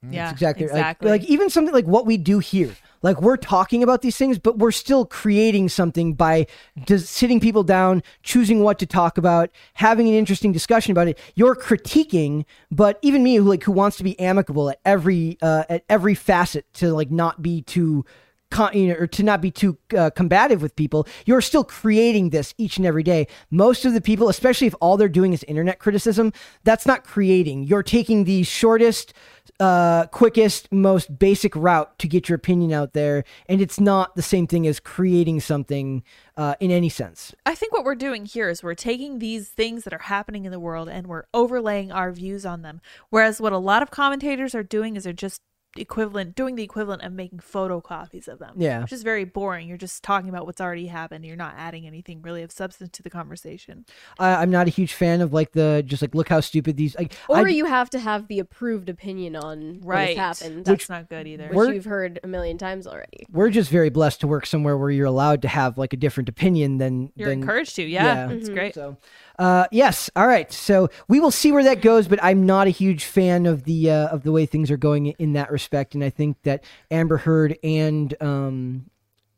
S3: yeah,
S1: exactly, right.
S3: Exactly.
S1: Like, like even something like what we do here like we're talking about these things but we're still creating something by just sitting people down choosing what to talk about having an interesting discussion about it you're critiquing but even me who like who wants to be amicable at every uh, at every facet to like not be too Con, you know, or to not be too uh, combative with people, you're still creating this each and every day. Most of the people, especially if all they're doing is internet criticism, that's not creating. You're taking the shortest, uh, quickest, most basic route to get your opinion out there, and it's not the same thing as creating something uh, in any sense.
S3: I think what we're doing here is we're taking these things that are happening in the world and we're overlaying our views on them. Whereas what a lot of commentators are doing is they're just equivalent doing the equivalent of making photocopies of them.
S1: Yeah.
S3: Which is very boring. You're just talking about what's already happened. You're not adding anything really of substance to the conversation.
S1: I, I'm not a huge fan of like the just like look how stupid these. Like,
S2: Or
S1: I-
S2: you have to have the approved opinion on
S3: Right.
S2: what has happened.
S3: That's not good either.
S2: which
S1: We're-
S2: you've heard a million times already.
S1: we're just very blessed to work somewhere where you're allowed to have like a different opinion than
S3: You're
S1: than
S3: encouraged to, yeah.
S1: yeah.
S3: It's
S2: Mm-hmm.
S3: great.
S1: So, uh, yes, all right. So we will see where that goes, but I'm not a huge fan of the uh, of the way things are going in that respect, and I think that Amber Heard and um,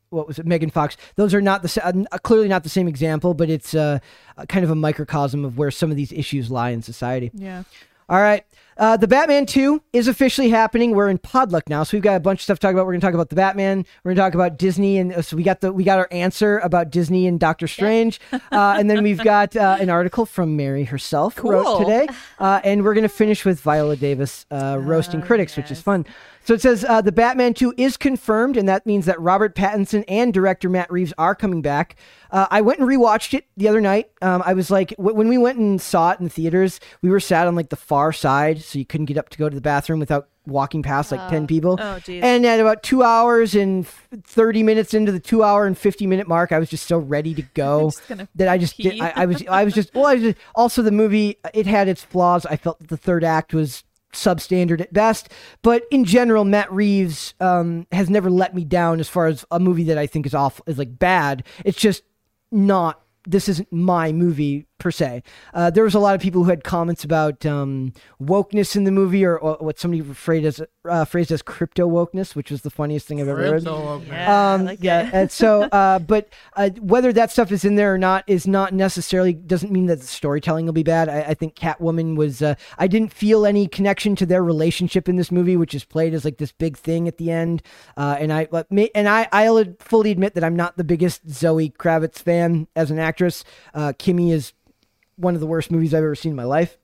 S1: what was it, Megan Fox? Those are not the sa- uh, clearly not the same example, but it's uh, uh, kind of a microcosm of where some of these issues lie in society.
S3: yeah.
S1: All right. Uh, the Batman 2 is officially happening. We're in Podluck now, so we've got a bunch of stuff to talk about. We're going to talk about the Batman. We're going to talk about Disney, and uh, so we got the we got our answer about Disney and Doctor Strange, uh, and then we've got uh, an article from Mary herself wrote
S3: Cool.
S1: today, uh, and we're going to finish with Viola Davis uh, roasting critics, which is fun. So it says uh, the Batman 2 is confirmed, and that means that Robert Pattinson and director Matt Reeves are coming back. Uh, I went and rewatched it the other night. Um, I was like, w- when we went and saw it in theaters, we were sat on like the far side, so you couldn't get up to go to the bathroom without walking past like 10 people.
S3: Oh, geez.
S1: and at about two hours and f- 30 minutes into the two hour and 50 minute mark, I was just so ready to go
S3: gonna
S1: that I just did,
S3: pee.
S1: I, I was I was just well I was just, also the movie it had its flaws. I felt that the third act was substandard at best, but in general, Matt Reeves um, has never let me down as far as a movie that I think is awful is like bad. It's just not. This isn't my movie per se. Uh, there was a lot of people who had comments about um, wokeness in the movie, or, or what somebody phrased as uh, phrased as crypto wokeness, which was the funniest thing I've ever heard.
S4: Crypto-
S3: Yeah, I like
S1: Um, yeah,
S3: that.
S1: and so, uh, but uh, whether that stuff is in there or not is not necessarily doesn't mean that the storytelling will be bad. I, I think Catwoman was. Uh, I didn't feel any connection to their relationship in this movie, which is played as like this big thing at the end. Uh, and I but me- and I I'll ad- fully admit that I'm not the biggest Zoe Kravitz fan as an actress. Uh, Kimmy is one of the worst movies I've ever seen in my life.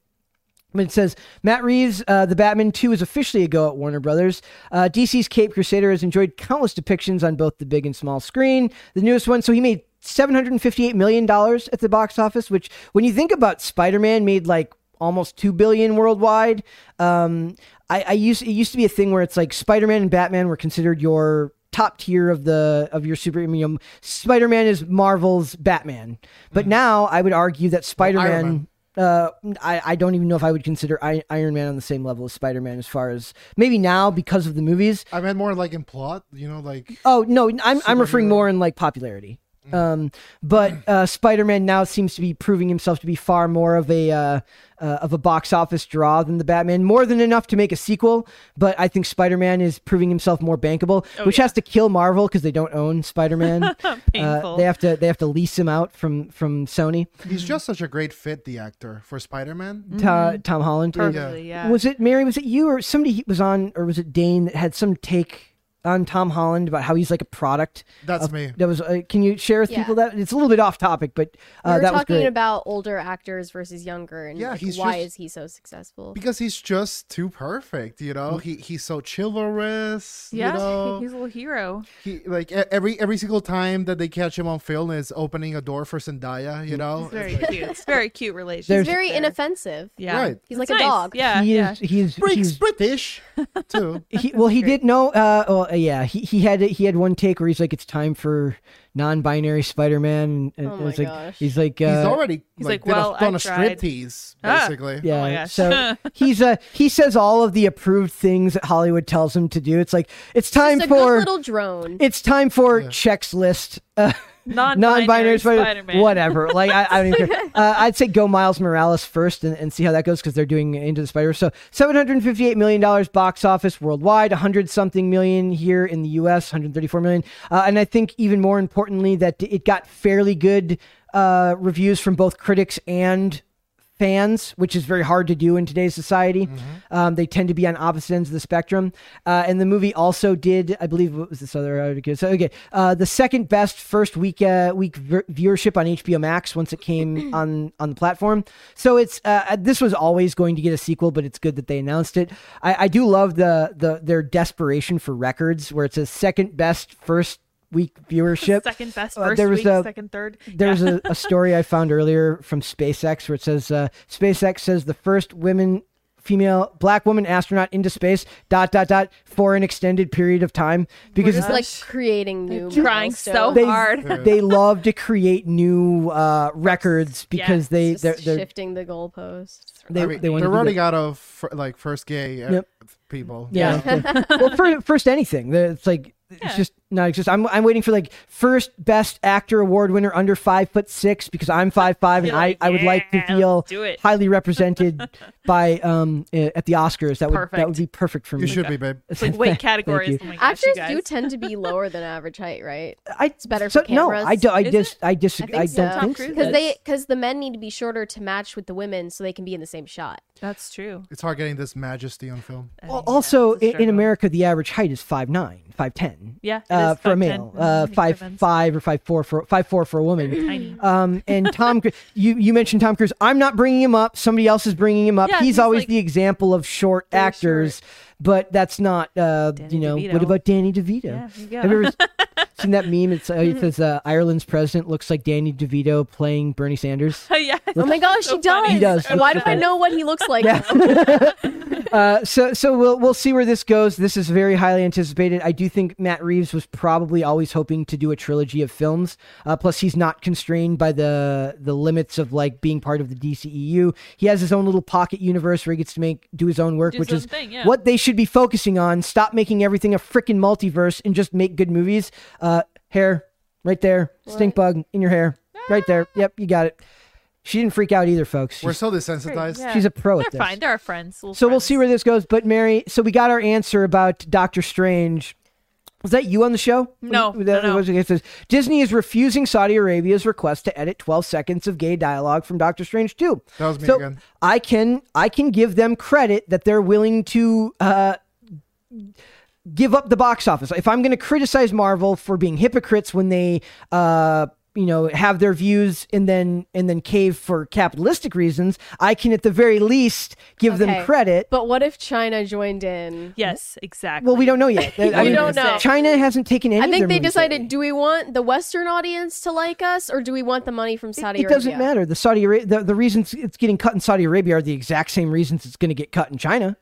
S1: But it says Matt Reeves, uh, The Batman 2 is officially a go at Warner Brothers. Uh, DC's Cape Crusader has enjoyed countless depictions on both the big and small screen. The newest one, so he made $758 million at the box office, which, when you think about Spider Man, made like almost 2 billion worldwide. Um, I, I used, it used to be a thing where it's like Spider Man and Batman were considered your top tier of the of your super I mean, um, Spider-Man is Marvel's Batman. But now I would argue that Spider-Man
S4: Man.
S1: uh, I, I don't even know if I would consider I, Iron Man on the same level as Spider Man as far as maybe now because of the movies.
S4: I meant more like in plot, you know, like
S1: Oh no, I'm I'm referring more in like popularity. Um, but uh, Spider Man now seems to be proving himself to be far more of a uh, uh, of a box office draw than the Batman, more than enough to make a sequel. But I think Spider Man is proving himself more bankable, which has to kill Marvel because they don't own Spider Man.
S3: Painful.
S1: they have to they have to lease him out from from Sony.
S4: he's just such a great fit, the actor for Spider Man.
S1: Ta- Tom Holland. is-
S3: Perfectly, yeah.
S1: Was it Mary? Was it you or somebody he was on, or was it Dane that had some take on Tom Holland about how he's like a product?
S4: That's
S1: of-
S4: me.
S1: That was. Uh, can you share with
S2: Yeah.
S1: people that it's a little bit off topic, but
S2: We
S1: uh,
S2: were
S1: that was
S2: talking
S1: great.
S2: about older actors versus younger, and
S4: Yeah,
S2: like,
S4: he's
S2: why
S4: just-
S2: is he so successful?
S4: Because he's just too perfect, you know. He he's so chivalrous.
S3: Yeah,
S4: you know?
S3: he's a little hero.
S4: he like e- every every single time that they catch him on film is opening a door for Zendaya, you know.
S3: It's very cute. It's very cute relationship.
S1: There's-
S2: He's very inoffensive.
S3: yeah.
S4: Right.
S2: He's like
S3: It's
S2: a
S3: nice.
S2: dog.
S3: Yeah.
S1: he
S3: yeah.
S1: is. He's.
S4: Breaks
S1: he's
S4: British too.
S1: he, well, he did know. Uh, well, uh, yeah, he, he had he had one take where he's like, "It's time for non-binary Spider-Man," and,
S2: Oh
S1: and
S2: my
S1: it's like
S2: gosh.
S1: he's like, uh,
S4: he's already
S3: he's
S4: like,
S3: like,
S4: did
S3: "Well,
S4: a,
S3: I
S4: done a
S3: tried."
S4: striptease
S3: Ah.
S4: basically.
S2: Oh
S1: Yeah.
S3: my gosh.
S1: So he's uh he says all of the approved things that Hollywood tells him to do. It's like it's time
S2: It's a
S1: for
S2: good little drone.
S1: it's time for checks list. Uh,
S3: Non-binary,
S1: non-binary Spider-
S3: Spider-Man.
S1: whatever. Like I, I don't even care. Uh, I'd say go Miles Morales first and, and see how that goes because they're doing Into the Spider. So seven hundred fifty-eight million dollars box office worldwide, hundred something million here in the U.S., hundred thirty-four million, uh, and I think even more importantly that it got fairly good uh, reviews from both critics and fans, which is very hard to do in today's society. Um, they tend to be on opposite ends of the spectrum. Uh, and the movie also did, I believe, what was this other? article? So, okay, uh, the second best first week uh, week ver- viewership on HBO Max once it came on on the platform. So it's uh, this was always going to get a sequel, but it's good that they announced it. I, I do love the the their desperation for records, where it says second best first week viewership.
S3: Second best,
S1: Uh,
S3: first
S1: there was
S3: week,
S1: a-
S3: second, third.
S1: There's a, a story I found earlier from SpaceX where it says uh, SpaceX says the first women, female, black woman astronaut into space. Dot dot dot for an extended period of time because
S2: just like creating new
S3: Trying so
S2: milestones.
S1: they
S3: hard.
S1: they love to create new uh, records because
S3: Yes,
S1: they
S2: Just
S1: they're, they're,
S2: shifting the goalpost.
S1: they
S4: I mean,
S1: they
S4: they
S1: want
S4: are
S1: to do that.
S4: running out of fir- like first gay uh,
S1: Yep.
S4: people.
S1: Yeah. well, for, first anything, The- it's like it's just not exist. I'm I'm waiting for like first best actor award winner under five foot six because I'm five five and I, I would like to
S3: Yeah,
S1: feel
S3: let's do it.
S1: highly represented by um eh, at the Oscars. That would that would
S3: Perfect.
S1: be perfect for me.
S4: You should be, babe.
S3: It's like weight categories.
S1: you.
S3: Oh my gosh, you
S2: Actors
S3: guys.
S2: do tend to be lower than average height, right?
S1: I,
S2: It's better
S1: so,
S2: for
S1: no,
S2: cameras.
S1: I do. I
S3: Is
S1: dis.
S3: it?
S1: I dis. I,
S2: I think
S1: don't
S2: so.
S1: think so.
S3: Tom
S2: Because they
S1: That's-
S2: because the men need to be shorter to match with the women so they can be in the same shot.
S3: That's true.
S4: It's hard getting this majesty on film.
S3: I
S1: Well,
S3: mean, yeah,
S1: also
S3: it's a
S1: in, in
S3: struggle.
S1: America, the average height is five nine, five ten.
S3: Yeah, it
S1: uh,
S3: is
S1: for a
S3: 5'10"
S1: male,
S3: for
S1: uh,
S3: women.
S1: five
S3: Women's.
S1: five or five four for five four for a
S3: Tiny.
S1: woman. um, and Tom, Cru- you you mentioned Tom Cruise. I'm not bringing him up. Somebody else is bringing him up.
S3: Yeah,
S1: he's,
S3: he's
S1: always
S3: like-
S1: the example of short
S3: Very
S1: actors, but that's not. Uh,
S3: Danny
S1: you know, what
S3: DeVito.
S1: about Danny DeVito?
S3: Yeah, Mm-hmm. there you go.
S1: Have you ever seen that meme? It's uh, it says uh, Ireland's president looks like Danny DeVito playing Bernie Sanders.
S3: yeah.
S2: Oh my gosh,
S3: so
S2: he does.
S3: funny.
S1: He does.
S2: Why do I know what he looks like? now?
S1: Uh, so so we'll we'll see where this goes. This is very highly anticipated. I do think Matt Reeves was probably always hoping to do a trilogy of films. Uh, plus, he's not constrained by the the limits of like being part of the DCEU. He has his own little pocket universe where he gets to make do his own work,
S3: Do his
S1: which
S3: own
S1: is
S3: thing, yeah.
S1: what they should be focusing on. Stop making everything a freaking multiverse and just make good movies. Uh, hair right there, stink bug in your hair, right there.
S3: Ah.
S1: Yep, you got it. She didn't freak out either, folks.
S4: We're
S1: She's,
S4: so desensitized.
S3: Yeah.
S1: she's a pro
S3: They're
S1: at this.
S3: fine. They're our friends.
S1: So we'll see where this goes. But Mary, so we got our answer about Doctor Strange. Was that you on the show?
S3: No,
S1: That-
S3: no, no.
S1: was- it says, Disney is refusing Saudi Arabia's request to edit 12 seconds of gay dialogue from Doctor Strange 2.
S4: That was me
S1: so
S4: again.
S1: I can I can give them credit that they're willing to uh, give up the box office. If I'm going to criticize Marvel for being hypocrites when they, uh, you know, have their views and then and then cave for capitalistic reasons, I can at the very least give
S2: Okay.
S1: them credit.
S2: But what if China joined in?
S3: Yes, exactly.
S1: Well, we don't know yet. I
S2: We don't know.
S1: China hasn't taken any.
S2: I
S1: of
S2: think
S1: their
S2: they
S1: movies
S2: decided:
S1: lately.
S2: do we want the Western audience to like us, or do we want the money from Saudi
S1: It
S2: Arabia?
S1: doesn't matter. The Saudi Arabia, the, the reasons it's getting cut in Saudi Arabia are the exact same reasons it's going to get cut in China.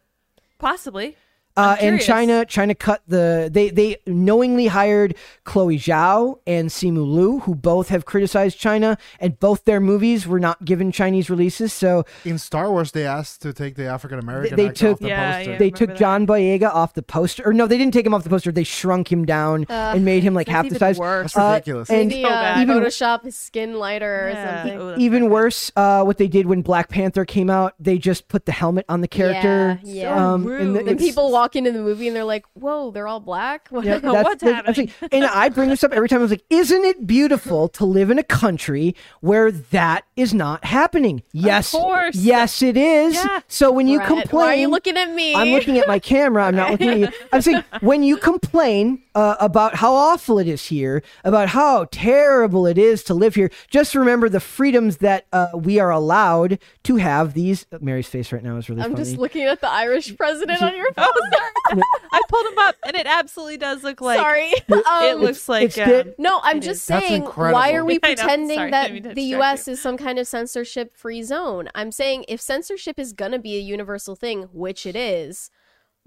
S3: possibly. I'm
S1: Uh, and
S3: curious.
S1: China, China cut the they they knowingly hired Chloe Zhao and Simu Liu, who both have criticized China, and both their movies were not given Chinese releases. So
S4: In Star Wars, they asked to take the African American
S1: They- they
S4: actor
S1: took-
S4: off the
S3: Yeah,
S4: poster.
S3: yeah.
S1: they took
S3: remember that.
S1: John Boyega off the poster, or no, they didn't take him off the poster. They shrunk him down and made him like
S3: that's
S1: half the
S3: even
S1: size.
S3: worse.
S4: That's ridiculous.
S1: and
S2: Maybe
S3: So
S2: uh,
S3: bad.
S1: Even-
S2: Photoshop his skin lighter
S3: Yeah.
S2: or something.
S3: Oh, that's
S1: even
S3: not
S1: worse, uh, what they did when Black Panther came out, they just put the helmet on the character.
S2: Yeah, yeah.
S1: Um, and
S3: rude.
S1: the-
S3: The
S2: Then
S1: it's-
S2: people walk into the movie and they're like, "Whoa, they're all black." What-
S1: yeah, that's-
S3: What's
S1: that's- I'm
S3: happening?
S1: saying- and I bring this up every time. I was like, "Isn't it beautiful to live in a country where that is not happening?" Yes,
S3: course.
S1: yes, it is.
S3: Yeah.
S1: So when you
S2: Brett,
S1: complain,
S2: Why are you looking at me?
S1: I'm looking at my camera. I'm not looking at you. I'm saying when you complain uh, about how awful it is here, about how terrible it is to live here, just remember the freedoms that uh, we are allowed to have. These Mary's face right now is really
S2: I'm
S1: funny. Oh,
S2: just looking at the Irish president on your phone.
S3: bad. I pulled him up, and it absolutely does look like.
S2: Sorry.
S3: It
S2: Um,
S3: looks like.
S1: it's the-
S3: um,
S2: No, I'm
S3: It
S2: just
S3: is.
S4: That's
S2: saying,
S4: incredible.
S2: why are
S3: Yeah,
S2: we
S3: I know.
S2: pretending
S3: Sorry,
S2: that
S3: didn't mean to
S2: the
S3: distract
S2: U.S.
S3: you.
S2: is some kind of censorship free zone? I'm saying if censorship is going to be a universal thing, which it is,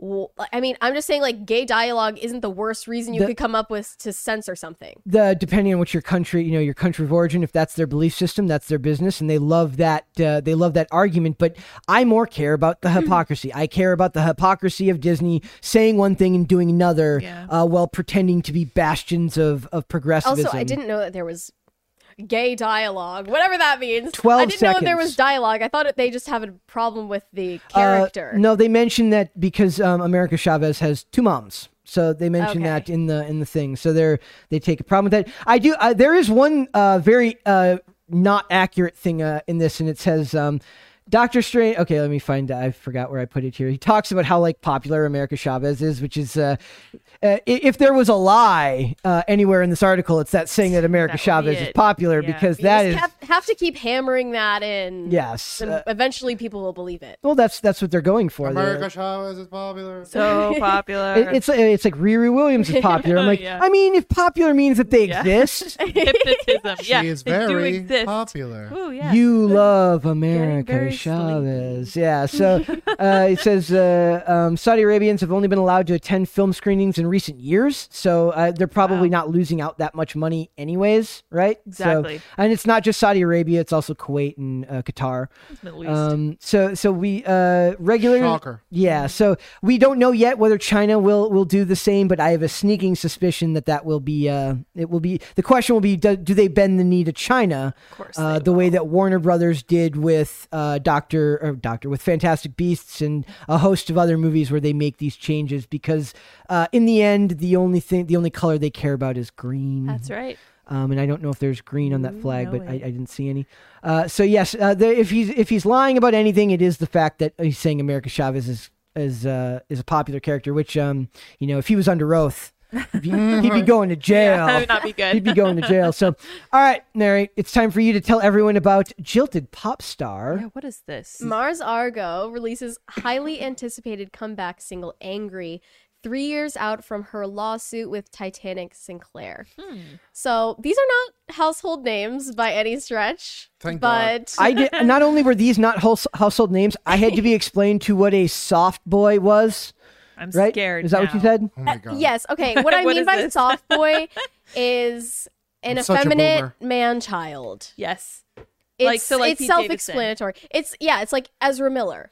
S2: wh- I mean, I'm just saying like gay dialogue isn't the worst reason you
S1: The-
S2: could come up with to censor something.
S1: the depending on what your country, you know, your country of origin, if that's their belief system, that's their business, and they love that uh, they love that argument. But I more care about the
S2: Hmm.
S1: hypocrisy. I care about the hypocrisy of Disney saying one thing and doing another,
S3: Yeah.
S1: uh, while pretending to be bastions of of progressivism.
S2: Also, I didn't know that there was gay dialogue, whatever that means.
S1: 12
S2: I didn't know there was
S1: seconds.
S2: dialogue. I thought it, they just have a problem with the
S1: Uh,
S2: character.
S1: no, they mentioned that because um, America Chavez has two moms. So they mentioned
S2: Okay.
S1: that in the in the thing. So they're they take a problem with that. I do. Uh, there is one uh, very uh, not accurate thing uh, in this, and it says. Um, Doctor Strange. Okay, let me find. I forgot where I put it here. He talks about how like popular America Chavez is, which is, uh, uh, i- if there was a lie uh, anywhere in this article, it's that saying that America
S3: That would be
S1: Chavez is
S3: it.
S1: popular
S3: Yeah.
S1: because
S2: You
S1: that
S2: just
S1: is
S2: have, have to keep hammering that in.
S1: yes.
S2: And
S1: uh,
S2: eventually, people will believe it.
S1: well, that's that's what they're going for. They're-
S4: America Chavez is popular.
S3: So popular.
S1: It- it's uh, it's like Riri Williams is popular. I'm like,
S3: Oh, Yeah.
S1: I mean, if popular means that they
S3: Yeah.
S1: exist,
S3: hypnotism.
S4: She
S3: yeah,
S4: is
S3: they do
S4: very
S3: exist.
S4: popular. Oh
S3: Ooh, yeah.
S1: you love America
S3: very
S1: Chavez. Yeah. So uh, it says uh, um, Saudi Arabians have only been allowed to attend film screenings in recent years, so uh, they're probably not losing out that much money anyways, right? So-
S3: Exactly.
S1: and it's not just Saudi Saudi Arabia. It's also Kuwait and uh, Qatar.
S3: Middle East.
S1: Um, so so we uh, regular
S4: Shocker.
S1: Yeah. So we don't know yet whether China will will do the same, but I have a sneaking suspicion that that will be uh, it will be the question will be do, do they bend the knee to China? Of
S3: course
S1: Uh,
S3: they
S1: the way that Warner Brothers did with uh, Doctor or Doctor with Fantastic Beasts and a host of other movies where they make these changes because uh, in the end the only thing the only color they care about is green.
S3: That's right.
S1: Um, and I don't know if there's green on that flag,
S3: know
S1: but I, I
S3: it.
S1: didn't see any. Uh, so yes, uh, the, if he's if he's lying about anything, it is the fact that he's saying America Chavez is is uh, is a popular character. Which um, you know, if he was under oath, he'd be, he'd be going to jail.
S3: That would not be
S1: he'd
S3: good.
S1: be going to jail. So, all right, Mary, it's time for you to tell everyone about jilted pop star.
S3: yeah, what is this?
S2: Mars Argo releases highly anticipated comeback single Angry, three years out from her lawsuit with Titanic Sinclair.
S3: Hmm.
S2: So these are not household names by any stretch.
S4: Thank Oh
S2: but
S1: I did. Not only were these not house, household names, I had to be explained to what a soft boy was.
S3: I'm
S1: Right?
S3: scared.
S1: Is that what you
S3: now.
S1: said?
S4: Oh my god.
S2: yes, okay. What I
S3: What
S2: mean
S3: is
S2: by
S3: this?
S2: soft boy is an
S4: I'm such a
S2: effeminate
S4: boomer.
S2: man child.
S3: Yes.
S2: It's
S3: Like- so like
S2: it's
S3: Pete Davidson.
S2: self-explanatory. It's yeah, it's like Ezra Miller.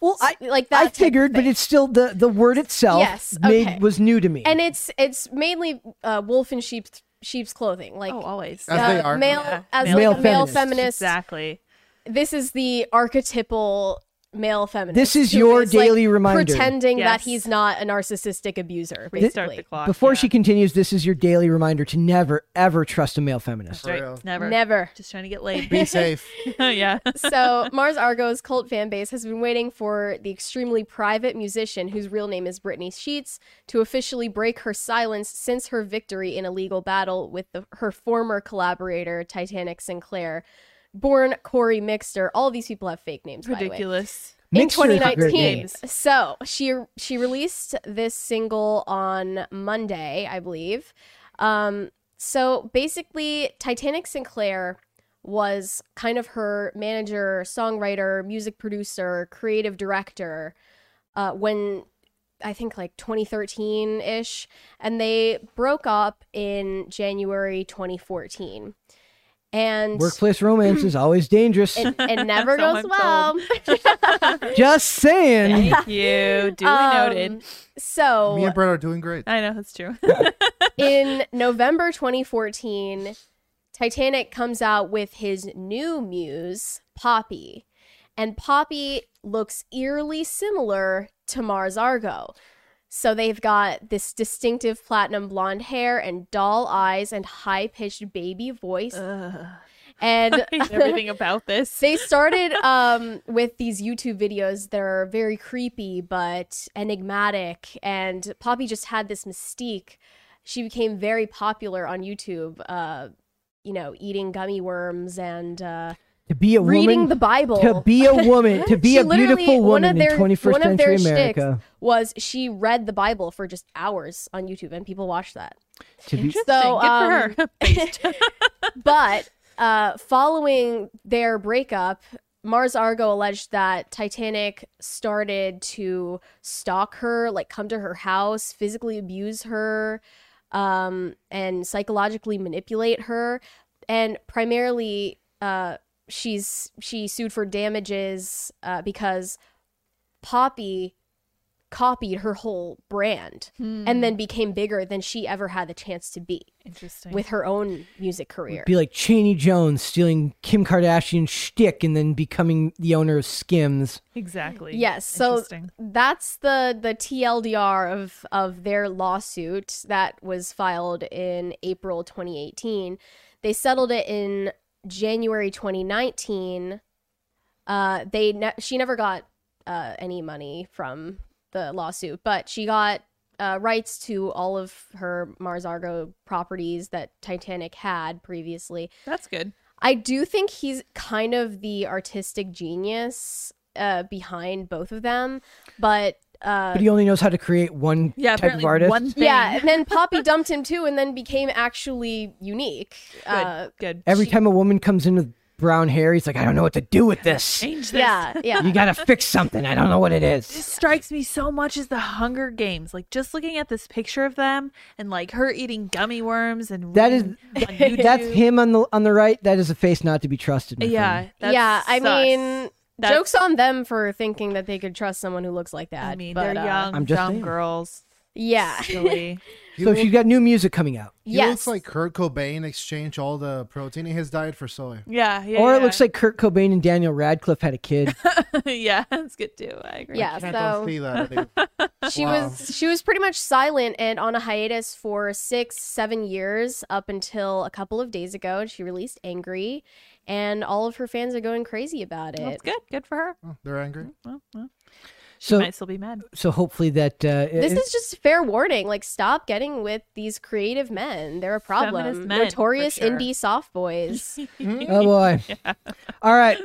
S1: Well, I
S2: like that
S1: I
S2: type of
S1: figured, but
S2: thing.
S1: it's still the the word itself
S2: Yes, okay.
S1: made was new to me.
S2: and it's it's mainly uh, wolf in sheep's sheep's clothing. Like
S3: Oh, always.
S4: As they
S2: uh,
S4: are.
S2: male
S3: Yeah.
S2: as
S3: Male
S2: like a male
S1: feminists.
S2: feminist.
S3: Exactly.
S2: This is the archetypal male feminist.
S1: This is
S2: who
S1: your
S2: like,
S1: daily reminder.
S2: pretending that
S3: Yes.
S2: he's not a narcissistic abuser.
S3: Restart the
S2: Basically,
S3: clock.
S1: Before
S3: yeah.
S1: she continues, this is your daily reminder to never ever trust a male feminist.
S4: Right.
S3: That's
S4: Real.
S3: right. Never.
S2: never.
S3: Just trying to get laid.
S4: Be safe.
S3: yeah.
S2: so Mars Argo's cult fan base has been waiting for the extremely private musician whose real name is Brittany Sheets to officially break her silence since her victory in a legal battle with the, her former collaborator Titanic Sinclair, born Corey Mixter. All these people have fake names, by the way
S3: Ridiculous.
S2: in
S1: Mixer is a great
S2: 2019.
S1: name.
S3: names.
S2: So she she released this single on Monday, I believe. Um, so basically, Titanic Sinclair was kind of her manager, songwriter, music producer, creative director uh, when I think like 2013 ish, and they broke up in January 2014. And
S1: Workplace romance is always dangerous.
S2: it, it never
S3: So
S2: goes well.
S3: I'm
S1: Just saying.
S3: Thank you. Duly
S2: Um,
S3: noted.
S2: So
S3: Oh.
S4: Me and Brett are doing great.
S3: I know that's true.
S2: in November 2014, Titanic comes out with his new muse, Poppy. And Poppy looks eerily similar to Mars Argo. So they've got this distinctive platinum blonde hair and doll eyes and high pitched baby voice. And
S3: I hate everything about this.
S2: they started um, with these YouTube videos that are very creepy but enigmatic, and Poppy just had this mystique. She became very popular on YouTube. Uh, you know, eating gummy worms and uh,
S1: To be a
S2: reading
S1: woman.
S2: the Bible.
S1: to be a woman. To be
S2: She
S1: a
S2: literally-
S1: beautiful
S2: one
S1: woman
S2: of their-
S1: in 21st
S2: one of
S1: century
S2: their shticks
S1: America.
S2: was she read the Bible for just hours on YouTube, and people watched that.
S1: To be
S2: So, um,
S3: Interesting. Good for her. Based.
S2: but uh, following their breakup, Mars Argo alleged that Titanic started to stalk her, like come to her house, physically abuse her, um, and psychologically manipulate her. And primarily, uh, she's she sued for damages uh, because Poppy copied her whole brand
S3: Hmm.
S2: and then became bigger than she ever had the chance to be
S3: Interesting.
S2: with her own music career.
S1: be like Cheney Jones stealing Kim Kardashian's shtick and then becoming the owner of Skims.
S3: exactly.
S2: Yes, so
S3: Interesting.
S2: that's the the TLDR of of their lawsuit that was filed in April 2018. They settled it in January 2019. Uh, they ne- she never got uh, any money from the lawsuit, but she got uh, rights to all of her Mars Argo properties that Titanic had previously.
S3: That's good.
S2: I do think he's kind of the artistic genius uh, behind both of them, but uh,
S1: But he only knows how to create one
S3: Yeah,
S1: type of
S3: apparently
S1: artist.
S3: one thing.
S2: yeah. And then Poppy dumped him too, and then became actually unique.
S3: Good.
S2: Uh,
S3: good.
S1: Every time a woman comes in with brown hair. He's like, I don't know what to do with this.
S3: Change this.
S2: Yeah, yeah.
S1: You gotta fix something. I don't know what it is.
S3: strikes me so much as the Hunger Games. Like just looking at this picture of them and like her eating gummy worms and
S1: That is
S3: reading on YouTube.
S1: that's him on the on the right. That is a face not to be trusted. my
S3: Yeah,
S1: friend.
S3: that's
S2: yeah, I
S3: sus.
S2: mean,
S3: That's-
S2: jokes on them for thinking that they could trust someone who looks like that.
S3: I mean,
S2: but,
S3: they're
S2: uh,
S3: young,
S1: I'm just
S3: dumb
S1: saying.
S3: girls.
S2: Yeah.
S3: Silly.
S4: He
S1: So
S4: look-
S1: she's got new music coming out,
S4: he
S2: yes.
S4: looks like Kurt Cobain exchanged all the protein in his diet for soy.
S3: yeah, yeah.
S1: or it
S3: yeah.
S1: looks like Kurt Cobain and Daniel Radcliffe had a kid.
S3: yeah, that's good too. I agree.
S2: Yeah,
S4: I don't see
S2: so
S4: that. dude.
S2: she
S4: Wow.
S2: was she was pretty much silent and on a hiatus for six, seven years up until a couple of days ago, and she released "Angry," and all of her fans are going crazy about it.
S3: that's good. Good for her.
S4: Oh, They're angry.
S3: Well, well,
S1: So
S3: might still be mad.
S1: so hopefully that uh,
S2: This
S1: it-
S2: is just fair warning. Like, stop getting with these creative men. They're a
S3: Feminist
S2: problem.
S3: men, for
S2: Notorious
S3: sure.
S2: indie soft boys.
S1: oh boy. All right,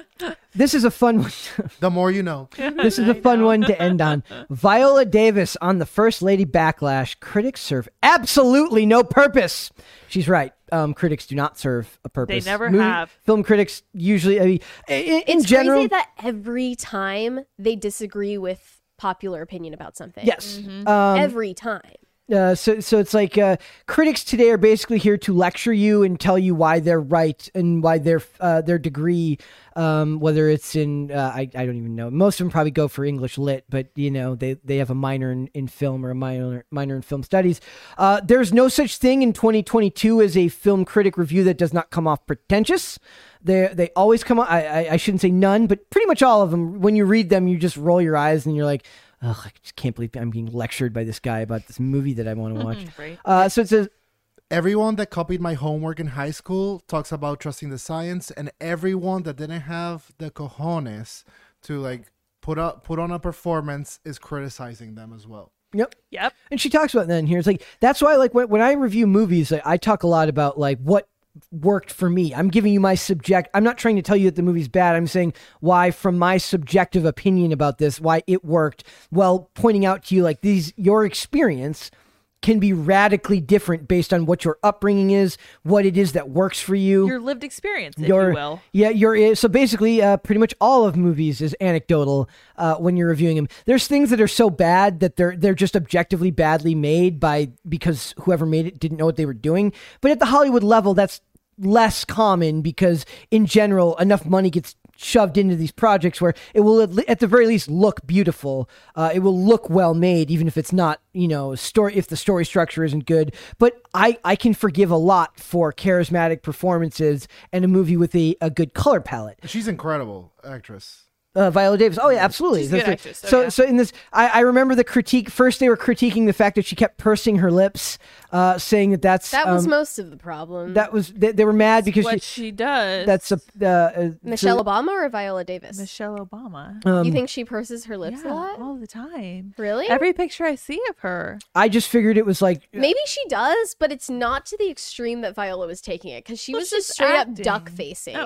S1: this is a fun one.
S4: The more you know.
S1: This is a fun one to end on. Viola Davis on the First Lady Backlash. Critics serve absolutely no purpose. She's right. Um, critics do not serve a purpose.
S3: never have.
S1: Film critics usually, I mean, i- i- in
S2: it's
S1: general.
S2: crazy that every time they disagree with popular opinion about something.
S1: yes. Um,
S2: every time.
S1: uh, so, so it's like uh, critics today are basically here to lecture you and tell you why they're right and why their uh, their degree, um, whether it's in uh, I, I don't even know. Most of them probably go for English lit, but you know they, they have a minor in, in film or a minor minor in film studies. Uh, there's no such thing in 2022 as a film critic review that does not come off pretentious. They they always come. I, I I shouldn't say none, but pretty much all of them. When you read them, you just roll your eyes and you're like. Ugh, I just can't believe I'm being lectured by this guy about this movie that I want to watch.
S3: Right.
S1: Uh, so it says,
S4: Everyone that copied my homework in high school talks about trusting the science, and everyone that didn't have the cojones to like put up put on a performance is criticizing them as well.
S1: yep.
S3: Yep.
S1: And she talks about that in here. It's like, that's why, like, when, when I review movies, like, I talk a lot about, like, what worked for me. I'm giving you my subject. I'm not trying to tell you that the movie's bad. I'm saying why, from my subjective opinion about this, why it worked. Well, pointing out to you, like, these, your experience can be radically different based on what your upbringing is, what it is that works for you.
S3: Your lived experience, if
S1: your
S3: you will.
S1: yeah your so basically uh, pretty much all of movies is anecdotal uh, when you're reviewing them there's things that are so bad that they're they're just objectively badly made by because whoever made it didn't know what they were doing but at the hollywood level that's less common because in general enough money gets shoved into these projects where it will at, le- at the very least look beautiful uh, it will look well made even if it's not you know story if the story structure isn't good but i i can forgive a lot for charismatic performances and a movie with a, a good color palette
S4: She's incredible actress.
S1: uh, Viola Davis. Oh yeah, absolutely.
S3: She's a good
S1: That's it.
S3: actress, so
S1: so
S3: yeah.
S1: so in this, I, I remember the critique. First, they were critiquing the fact that she kept pursing her lips, uh, saying that that's
S2: That was
S1: um,
S2: most of the problem.
S1: that was they, they were mad because she,
S3: What she does.
S1: that's a uh, uh,
S2: Michelle Obama or Viola Davis?
S3: Michelle Obama.
S1: um,
S2: you think she purses her lips a
S3: Yeah,
S2: lot?
S3: all the time.
S2: Really?
S3: Every picture I see of her.
S1: I just figured it was like
S2: Maybe she does, but it's not to the extreme that Viola was taking it because she was
S3: she's
S2: just straight
S3: acting. Oh.
S2: up duck facing.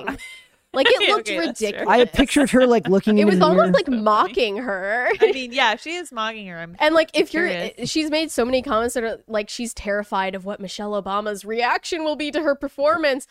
S2: Like it
S3: Okay,
S2: looked
S3: okay, that's fair.
S2: ridiculous.
S1: I had pictured her like looking.
S2: it
S1: into
S2: was
S1: the mirror.
S2: almost like mocking her.
S3: I mean, yeah, if she is mocking her. I'm
S2: And like, if you're,
S3: Curious.
S2: she's made so many comments that are like, she's terrified of what Michelle Obama's reaction will be to her performance.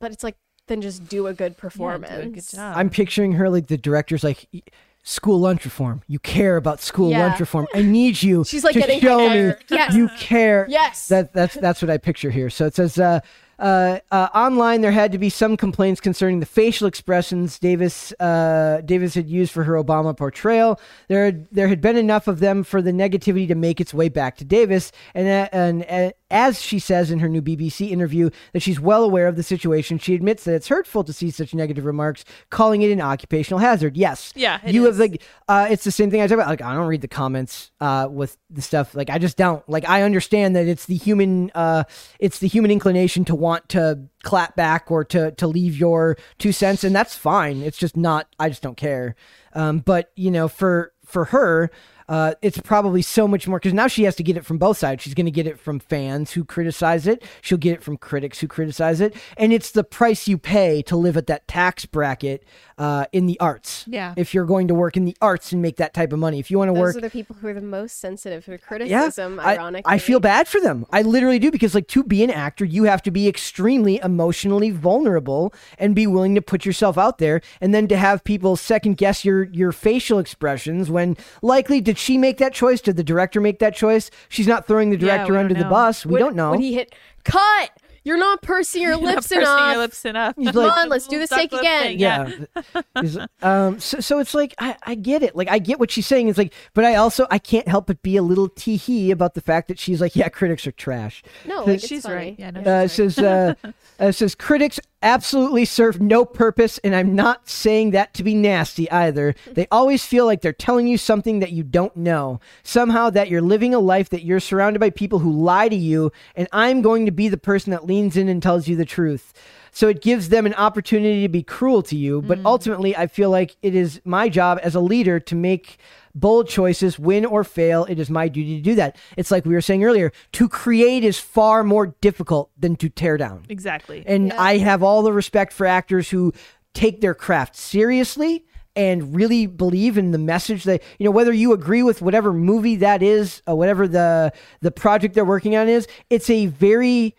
S2: But it's like, then just do a good performance.
S3: Yeah, do a good job.
S1: I'm picturing her like the director's like "Y- school lunch reform. You care about school
S2: Yeah.
S1: lunch reform. I need you.
S2: She's, like,
S1: to
S2: getting
S1: show me
S2: hired. Yes.
S1: you care.
S2: Yes.
S1: That that's that's what I picture here. So it says. Uh, uh, uh, online, there had to be some complaints concerning the facial expressions Davis uh, Davis had used for her Obama portrayal. There had, there had been enough of them for the negativity to make its way back to Davis, and uh, and uh, as she says in her new BBC interview, that she's well aware of the situation. She admits that it's hurtful to see such negative remarks, calling it an occupational hazard. Yes,
S3: Yeah, it
S1: you have
S3: is.
S1: like uh, it's the same thing I talk about. Like I don't read the comments uh, with the stuff. Like I just don't. Like I understand that it's the human, uh, it's the human inclination to want to clap back or to to leave your two cents, and that's fine. It's just not. I just don't care. Um, but you know, for for her, uh, it's probably so much more because now she has to get it from both sides. She's going to get it from fans who criticize it. She'll get it from critics who criticize it, and it's the price you pay to live at that tax bracket uh, in the arts.
S3: Yeah.
S1: if you're going to work in the arts and make that type of money, if you want to
S2: Those
S1: work
S2: are the people who are the most sensitive to
S1: yeah,
S2: criticism.
S1: I-
S2: ironically,
S1: I, feel bad for them. I literally do because, like, to be an actor, you have to be extremely emotionally vulnerable and be willing to put yourself out there, and then to have people second guess your your facial expressions when likely did she make that choice? Did the director make that choice? She's not throwing the
S3: Yeah, we
S1: director
S3: don't
S1: under the
S3: know.
S1: bus. We
S2: When-
S1: don't know.
S2: When he hit cut, you're not pursing your
S3: Yeah,
S2: lips
S3: pursing
S2: enough.
S3: your lips enough.
S1: Come like-
S2: on, let's do this
S3: Duck
S2: take
S3: lip
S2: again.
S3: thing,
S1: yeah. Is- um. So, so it's like I, I get it. Like I get what she's saying. It's like, but I also I can't help but be a little tee hee about the fact that she's like, yeah, critics are trash.
S2: No,
S1: The-
S2: like, it's
S3: She's
S2: funny.
S3: right. Yeah, no,
S1: Uh, it
S3: she's right.
S1: says uh, uh, it says critics absolutely serve no purpose, and I'm not saying that to be nasty either. They always feel like they're telling you something that you don't know. Somehow that you're living a life that you're surrounded by people who lie to you, and I'm going to be the person that leans in and tells you the truth. So it gives them an opportunity to be cruel to you, but ultimately I feel like it is my job as a leader to make bold choices, win or fail. It is my duty to do that. It's like we were saying earlier to create is far more difficult than to tear down.
S3: Exactly.
S1: And I have all the respect for actors who take their craft seriously and really believe in the message that you know whether you agree with whatever movie that is or whatever the the project they're working on is it's a very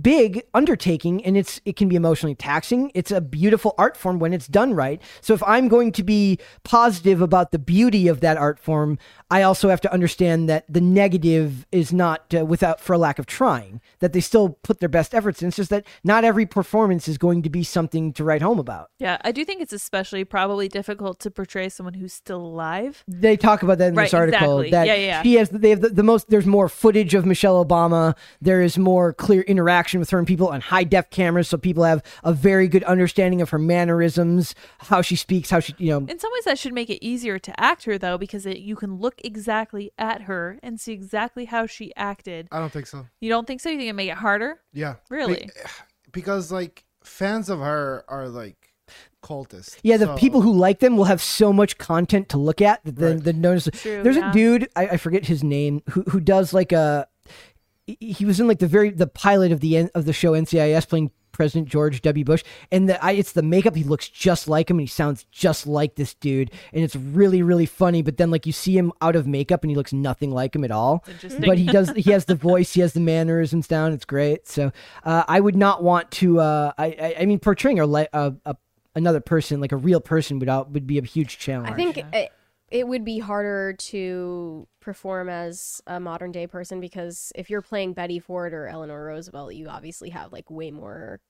S1: big undertaking and it's it can be emotionally taxing it's a beautiful art form when it's done right so if i'm going to be positive about the beauty of that art form i also have to understand that the negative is not uh, without for a lack of trying that they still put their best efforts in it's just that not every performance is going to be something to write home about
S3: yeah, I do think it's especially probably difficult to portray someone who's still alive.
S1: they talk about that in this
S3: Right,
S1: article
S3: exactly.
S1: that
S3: Yeah, yeah.
S1: she has they have the, the most there's more footage of michelle obama there is more clear interaction with her and people on high def cameras so people have a very good understanding of her mannerisms how she speaks how she you know
S3: In some ways, that should make it easier to act her though, because it, you can look exactly at her and see exactly how she acted.
S1: Uh.
S4: I don't think so.
S3: You don't think so? You think it make it harder?
S4: Yeah. Be-
S3: Really?
S4: because like fans of her are like cultists.
S1: yeah, the
S4: so-
S1: people who like them will have so much content to look at that then
S4: Right.
S1: the notice.
S3: True,
S1: There's
S3: yeah.
S1: a dude I, I forget his name who who does like a he- he was in like the very the pilot of the end of the show NCIS playing President George W. Bush, and the I, it's the makeup. He looks just like him, and he sounds just like this dude, and it's really really funny. But then like you see him out of makeup, and he looks nothing like him at all.
S3: Interesting.
S1: But he does he has the voice, he has the mannerisms down. It's great. So uh, I would not want to. Uh, I, I I mean portraying a li- a, a another person like a real person would out, would be a huge challenge.
S2: I think it, it would be harder to perform as a modern day person because if you're playing Betty Ford or Eleanor Roosevelt, you obviously have like way more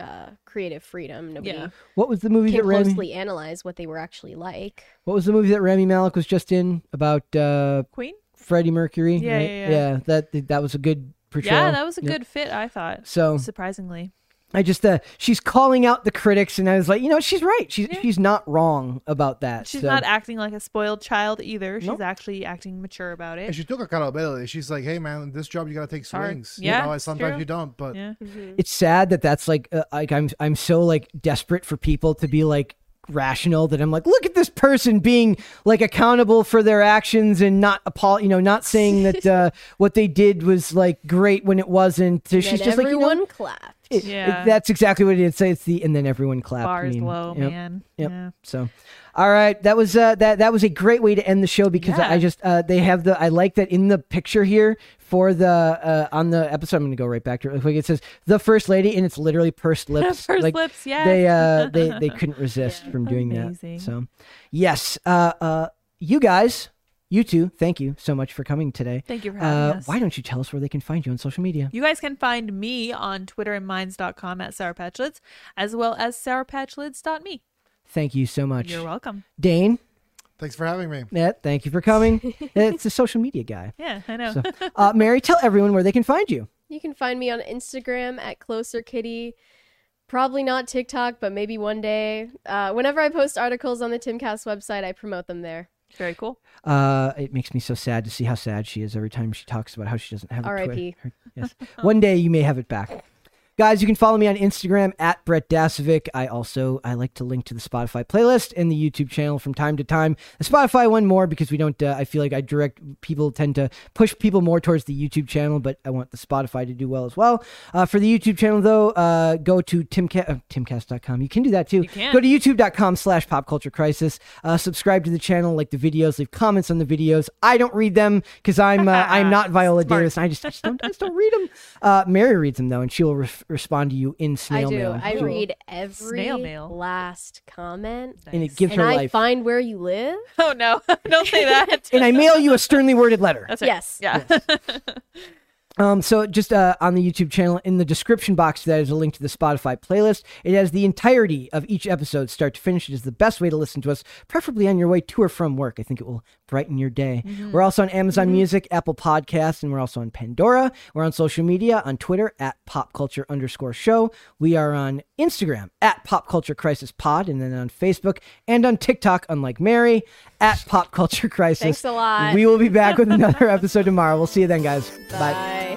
S2: uh, creative freedom. Nobody
S3: Yeah.
S1: what was the movie
S2: can
S1: that Rami,
S2: closely analyze what they were actually like.
S1: What was the movie that Rami Malik was just in about uh,
S3: Queen?
S1: Freddie Mercury?
S3: Yeah,
S1: right?
S3: yeah, yeah.
S1: that that was a good portrayal.
S3: Yeah, that was a
S1: Yeah.
S3: good fit. I thought
S1: So
S3: surprisingly.
S1: I just uh, she's calling out the critics, and I was like, you know, she's right. She's
S3: Yeah.
S1: she's not wrong about that.
S3: She's
S1: So-
S3: not acting like a spoiled child either. She's
S1: Nope.
S3: actually acting mature about
S4: And
S3: it.
S4: she took accountability. She's like, "Hey, man, in this job you gotta take
S3: hard.
S4: swings.
S3: Yeah,
S4: you know, and
S3: it's
S4: sometimes
S3: true.
S4: you don't." But
S3: Yeah.
S1: it's sad that that's like uh, like I'm I'm so like desperate for people to be like rational that I'm like look at this person being like accountable for their actions and not apol you know not saying that uh, what they did was like great when it wasn't. So she's
S2: and
S1: just like you
S2: everyone
S1: know
S2: clapped.
S1: It-
S3: Yeah.
S1: it- that's exactly what it is. So It's the and then everyone clapped.
S3: Bar is
S1: meme.
S3: low,
S1: Yep,
S3: man.
S1: Yep.
S3: Yeah.
S1: So, all right, that was uh, that that was a great way to end the show because
S3: Yeah.
S1: I just uh, they have the I like that in the picture here for the uh, on the episode. I'm going to go right back to it real quick. It says the first lady and it's literally pursed lips.
S3: First
S1: like,
S3: lips, yes.
S1: They uh, they they couldn't resist from doing
S3: Amazing.
S1: that. So, yes, uh, uh, you guys, you two, thank you so much for coming today.
S3: Thank you for having
S1: Uh,
S3: us.
S1: why don't you tell us where they can find you on social media?
S3: You guys can find me on Twitter and minds.com at sourpatchlids, as well as sourpatchlids.me.
S1: Thank you so much,
S3: You're welcome.
S1: Dane.
S4: thanks for having me.
S1: Yeah, thank you for coming. it's a social media guy.
S3: Yeah, I know.
S1: So, uh, Mary, tell everyone where they can find you.
S2: You can find me on Instagram at Closer Kitty. Probably not TikTok, but maybe one day. Uh, whenever I post articles on the Timcast website, I promote them there.
S3: Very cool.
S1: Uh, it makes me so sad to see how sad she is every time she talks about how she doesn't have a
S2: R.I.P..
S1: Twitter. Her- Yes. One day you may have it back. Guys, you can follow me on Instagram at Brett Dasovic. I also I like to link to the Spotify playlist and the YouTube channel from time to time. The Spotify one more because we don't. Uh, I feel like I direct people tend to push people more towards the YouTube channel, but I want the Spotify to do well as well. Uh, for the YouTube channel though, uh, go to timca- uh, timcast.com. You can do that too. You
S3: can.
S1: Go to youtube.com slash pop culture crisis. Uh, subscribe to the channel, like the videos, leave comments on the videos. I don't read them because I'm uh, I'm not Viola Davis. And I just, I just don't I just don't read them. Uh, Mary reads them though, and she will re- respond to you in
S2: I
S1: snail
S2: do.
S1: mail.
S2: I read every
S3: Snail mail.
S2: last comment,
S1: and it gives
S2: and
S1: her
S2: I
S1: life.
S2: find where you live.
S3: Oh no! Don't say that.
S1: and I mail you a sternly worded letter.
S3: That's right.
S2: Yes.
S3: Yeah.
S1: Um, so just uh, on the YouTube channel, in the description box, that is a link to the Spotify playlist. It has the entirety of each episode, start to finish. It is the best way to listen to us, preferably on your way to or from work. I think it will brighten your day.
S2: Mm-hmm.
S1: We're also on Amazon Music, Apple Podcasts, and we're also on Pandora. We're on social media on Twitter at pop culture underscore show. We are on Instagram at pop culture crisis pod, and then on Facebook and on TikTok, unlike Mary, at pop culture crisis.
S2: Thanks a lot.
S1: We will be back with another episode tomorrow. We'll see you then, guys. Bye.
S2: Bye.